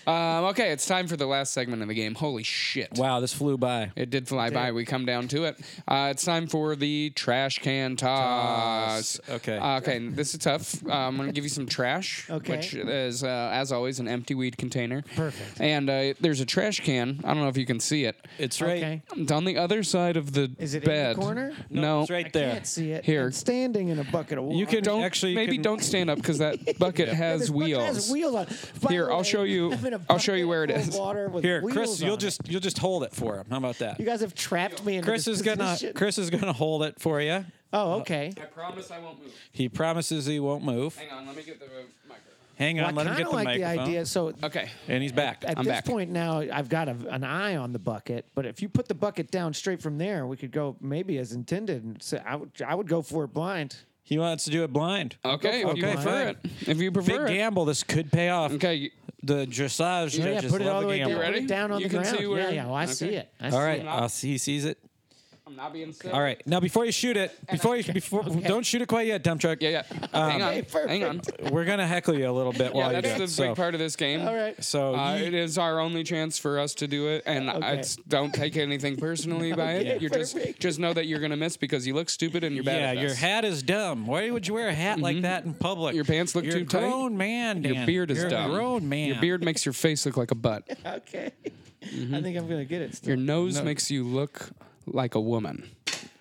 D: Um, okay, it's time for the last segment of the game. Holy shit.
E: Wow, this flew by.
D: It did fly by. We come down to it. Uh, it's time for the trash can toss.
E: Toss. Okay.
D: Uh, okay. and This is tough. Uh, I'm going to give you some trash,
F: Okay.
D: which is, uh, as always, an empty weed container.
F: Perfect.
D: And uh, there's a trash can. I don't know if you can see it.
E: It's right.
F: Okay.
D: It's on the other side of the
F: Is it in the
D: bed.
F: corner?
D: No.
E: It's right there.
F: Can't see it.
D: Here.
F: It's standing in a bucket of water.
E: You can
D: Don't
E: actually.
D: maybe
E: can-
D: don't stand up because
E: <laughs>
D: that bucket has
F: This bucket
D: wheels.
F: Has wheels on. By
D: Here,
F: the
D: I'll show you-
F: I'm in a
D: I'll show you
F: bucket
D: where it
F: full of
D: is.
F: Water with
E: Here,
F: wheels
E: Chris, you'll
F: on it.
E: just you'll just hold it for him. How about that?
F: You guys have trapped me in
E: Chris is gonna Chris is gonna hold it for you.
F: Oh, okay.
D: I promise I won't move.
E: He promises he won't move.
D: Hang on. Let me get the microphone.
E: Hang on, let
F: Well, I
E: him
F: kind
E: get
F: of
E: the
F: like
E: microphone.
F: the idea. So
D: Okay.
E: And he's back.
F: at
D: I'm
F: this
D: back.
F: point now, I've got a, an eye on the bucket. But if you put the bucket down straight from there, we could go maybe as intended. And say, I would I would go for it blind.
E: He wants to do it blind.
D: Okay.
E: Go
D: If
E: for
D: you
E: it.
D: prefer it.
E: Fine.
D: If you
E: Big
D: prefer Uh, it.
E: gamble. This could pay off.
D: Okay. you-
E: The dressage
F: Yeah,
E: judges
F: put it
E: love
F: all
E: a
F: the way down,
E: gamble.
D: You
F: put
D: ready?
F: it down on
D: You
F: the
D: can see
F: ground.
D: where-
F: yeah, yeah. Well, I see
D: okay.
F: it. I
E: All
F: see
E: right.
F: it.
E: I'll see, he sees it.
D: I'm not being sick.
E: All right. Now before you shoot it, before you before don't shoot it quite yet, dump truck.
D: Yeah, yeah.
E: <laughs>
D: hang on. hang on.
E: We're gonna heckle you a little bit
D: Yeah,
E: while Um, you
D: that's
E: do
D: the
E: it.
D: big
E: So,
D: part of this game.
F: All right.
E: so
D: Uh,
E: you-
D: it is our only chance for us to do it, and I
F: Okay.
D: s- don't take anything personally by
F: <laughs>
D: it. You're just
F: perfect.
D: just know that you're gonna miss because you look stupid and you're bad.
E: yeah,
D: at
E: your
D: this. Mm-hmm.
E: hat is dumb. Why would you wear a hat like that in public?
D: Your pants look
E: You're
D: too
E: a
D: tight.
E: grown man, Dan.
D: Your beard is
E: You're
D: dumb.
E: A grown man.
D: Your beard makes your face look like a butt.
F: <laughs> Okay.
E: Mm-hmm.
F: I think I'm gonna get it. Still.
D: Your nose makes you look like a woman.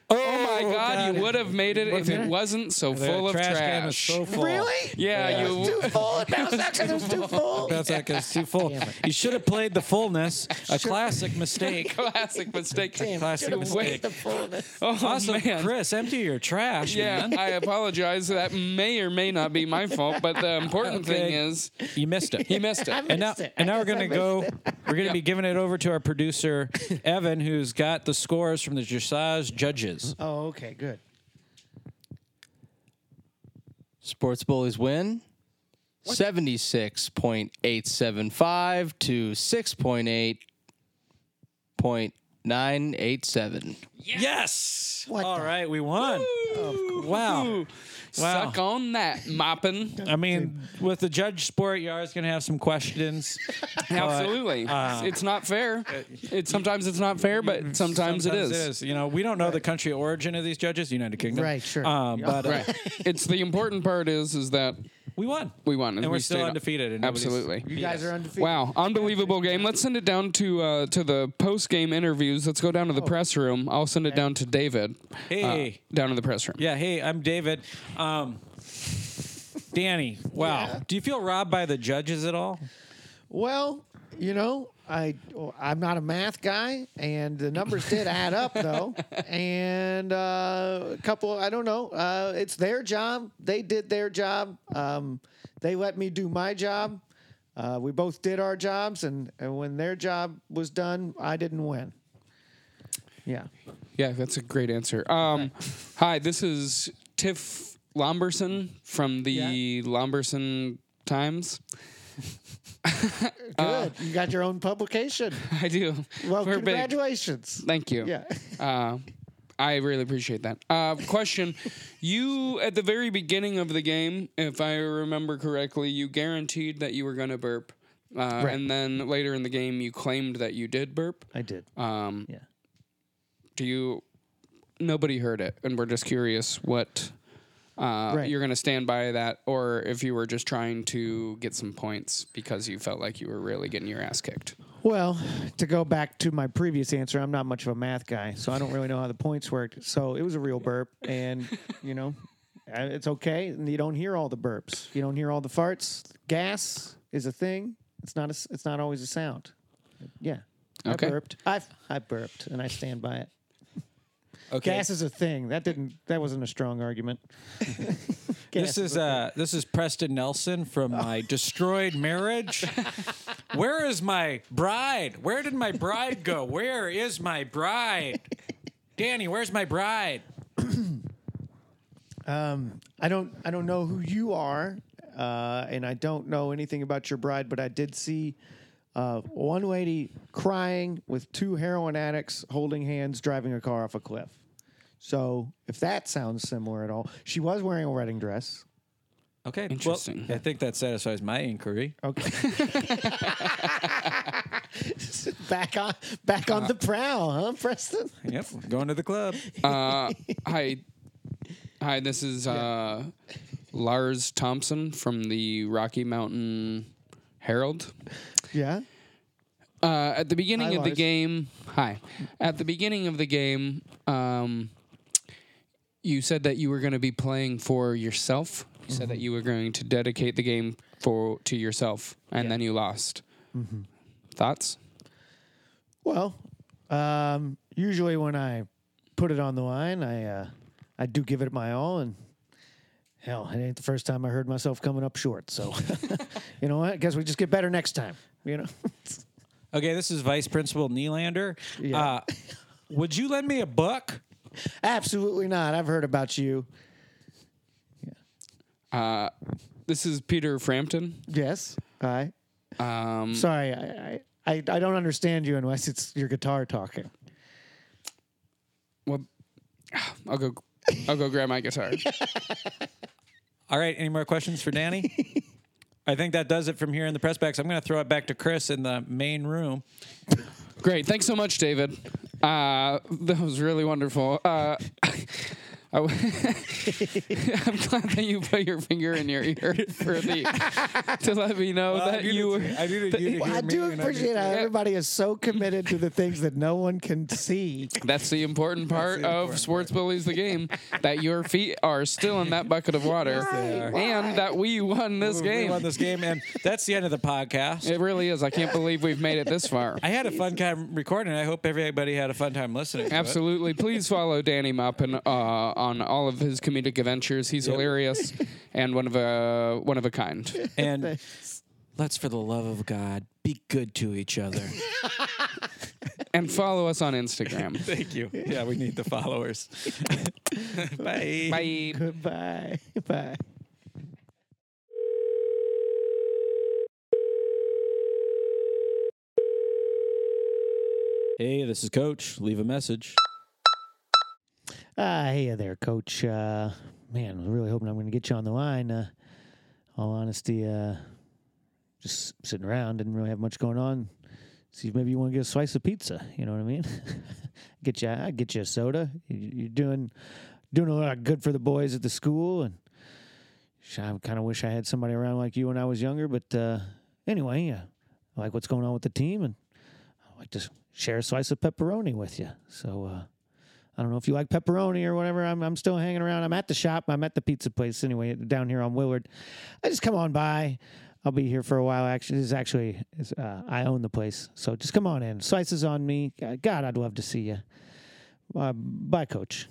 D: Oh, my God! You would have made it if it wasn't so
E: The
D: full of
E: trash,
D: trash.
E: can is so full.
F: Really?
D: yeah,
F: It
D: you.
F: was too full. It bounced out 'cause it
E: <laughs>
F: was too full.
E: That's like
D: <laughs>
E: it's too full. You should have played the fullness. A classic
D: <laughs>
E: mistake.
D: Classic mistake.
E: Classic
D: Wait.
E: mistake.
F: The fullness.
D: Oh
E: Awesome,
D: man.
E: Chris. Empty your trash,
D: Yeah,
E: man.
D: I apologize. That may or may not be my fault, but the important thing
E: Okay.
D: is
E: You missed
D: <laughs>
E: it.
D: he missed
E: <laughs>
D: it.
E: and now,
F: missed it.
E: and
F: I
E: now we're
F: guess I
E: gonna go. <laughs> We're gonna be
D: Yeah.
E: giving it over to our
D: <laughs>
E: producer Evan, who's got the scores from the dressage judges.
F: Oh, okay. Good.
C: Sports bullies win. 76.875 to 6.8.987.
E: Yes.
F: What
E: All
F: the-
E: right, we won. Oh, Wow. Wow.
D: Suck on that, moppin.
E: I mean, with the judge sport, you always gonna have some questions.
D: Absolutely.
E: Uh,
D: it's not fair. It, sometimes it's not fair,
E: Mm-hmm.
D: but sometimes, it is.
E: You know, we don't know the country of origin of these judges, United Kingdom.
F: Right, sure.
E: Um, but uh,
D: Right. it's the important part is is that
E: we won.
D: we won.
E: and we're
D: we
E: still
D: stayed up.
E: undefeated. And <laughs> nobody's-
D: Absolutely.
F: You guys are undefeated.
D: Wow, unbelievable game. Let's send it down to uh, to the post game interviews. Let's go down to the
E: Oh.
D: press room. I'll send it down to David.
E: Hey.
D: uh, down to the press room.
E: Yeah. Hey, I'm David. Um, Danny. Wow. Do you feel robbed by the judges at all?
F: Well, you know, I I'm not a math guy, and the numbers did add
D: <laughs>
F: up though. And uh, a couple, I don't know. Uh, it's their job. They did their job. Um, they let me do my job. Uh, we both did our jobs, and, and when their job was done, I didn't win. Yeah.
D: Yeah, that's a great answer. Um, hi, this is Tiff Lomberson from the Lomberson Times.
F: Good. you got your
D: <laughs>
F: own publication.
D: <laughs> I do.
F: Well,
D: Uh, We're big.
F: congratulations.
D: Thank you.
F: Yeah.
D: Uh, I really appreciate that. Uh, question: You at the very beginning of the game, if I remember correctly, you guaranteed that you were going to burp, uh, and then later in the game, you claimed that you did burp.
F: I did.
D: Um,
F: Yeah.
D: Do you? Nobody heard it, and we're just curious what uh,
F: Right.
D: you're going to stand by that, or if you were just trying to get some points because you felt like you were really getting your ass kicked.
F: Well, to go back to my previous answer, I'm not much of a math guy, so I don't really know how the points worked. So it was a real burp, and you know, I- it's okay. And you don't hear all the burps, you don't hear all the farts. Gas is a thing. It's not a. s- It's not always a sound. Yeah,
D: Okay.
F: I burped. I I burped, and I stand by it. Gas is a thing. That didn't. That wasn't a strong argument.
E: This is uh, this is Preston Nelson from my destroyed
F: <laughs>
E: marriage. Where is my bride? Where did my bride go? Where is my bride? Danny, where's my bride?
F: I don't I don't know who you are, uh, and I don't know anything about your bride, but I did see uh, one lady crying with two heroin addicts holding hands driving a car off a cliff. So if that sounds similar at all, she was wearing a wedding dress. <laughs>
E: Okay, well,
D: Interesting.
E: I think that satisfies my inquiry.
F: Okay. back on back on the prowl, huh, Preston?
E: Yep, going to the club.
D: Uh, hi, hi. This is uh, Lars Thompson from the Rocky Mountain Herald.
F: Yeah.
D: Uh, at the beginning
F: Hi,
D: of the
F: Lars.
D: game, hi. At the beginning of the game, um, you said that you were going to be playing for yourself. You said that you were going to dedicate the game for to yourself, and then you lost. Thoughts?
F: Well, um, usually when I put it on the line, I uh, I do give it my all, and hell, it ain't the first time I heard myself coming up short. So, <laughs> you know what? guess we just get better next time. You know? <laughs>
E: Okay, this is Vice Principal Nylander. Uh, would you lend me a book?
F: Absolutely not. I've heard about you.
D: This is Peter Frampton.
F: Yes. Hi. Um, Sorry, I, I I I don't understand you unless it's your guitar talking.
D: Well, <sighs> I'll go. I'll go grab my guitar.
E: All right, any more questions for
F: <laughs>
E: Danny? I think that does it from here in the press box. I'm going to throw it back to Chris in the main room.
D: Great. Thanks so much, David. Uh, that was really wonderful. Uh, <laughs> I w- <laughs> I'm glad that you put your finger in your ear <laughs> for the, to let me know that you were.
E: I
F: <laughs>
E: needed you to
F: I do appreciate how everybody is so committed to the things that no one can see. <laughs>
D: That's the important part of Sports Bullies the Game that your feet are still in that bucket of water and that we won this
E: We
D: game.
E: won this game, and that's the end of the podcast.
D: It really is. I can't believe we've made it this far.
E: I had a fun time recording. I hope everybody had a fun time listening. to it.
D: Absolutely. Please follow Danny Maupin uh, on all of his comedic adventures. He's hilarious and one of a one of a kind.
E: And let's, for the love of God, be good to each
D: <laughs>
E: other.
D: And follow us on Instagram.
E: Thank you. Yeah, we need the
D: <laughs>
E: followers. <laughs> Bye.
D: Bye.
F: <laughs> Goodbye. Bye.
B: Hey, this is Coach. Leave a message.
F: Uh, hey there, Coach. Uh, man, I was really hoping I'm going to get you on the line. Uh, all honesty, uh, just sitting around, didn't really have much going on. See, if maybe you want to get a slice of pizza. You know what I mean? <laughs> get you, I get you a soda. You, you're doing doing a lot good for the boys at the school, and sh- I kind of wish I had somebody around like you when I was younger. But uh, anyway, yeah, I like what's going on with the team, and I like to share a slice of pepperoni with you. So. Uh, I don't know if you like pepperoni or whatever. I'm, I'm still hanging around. I'm at the shop. I'm at the pizza place anyway down here on Willard. I just come on by. I'll be here for a while. Actually, this is actually is, uh, I own the place, so just come on in. Slices on me. God, I'd love to see you. Uh, bye, coach.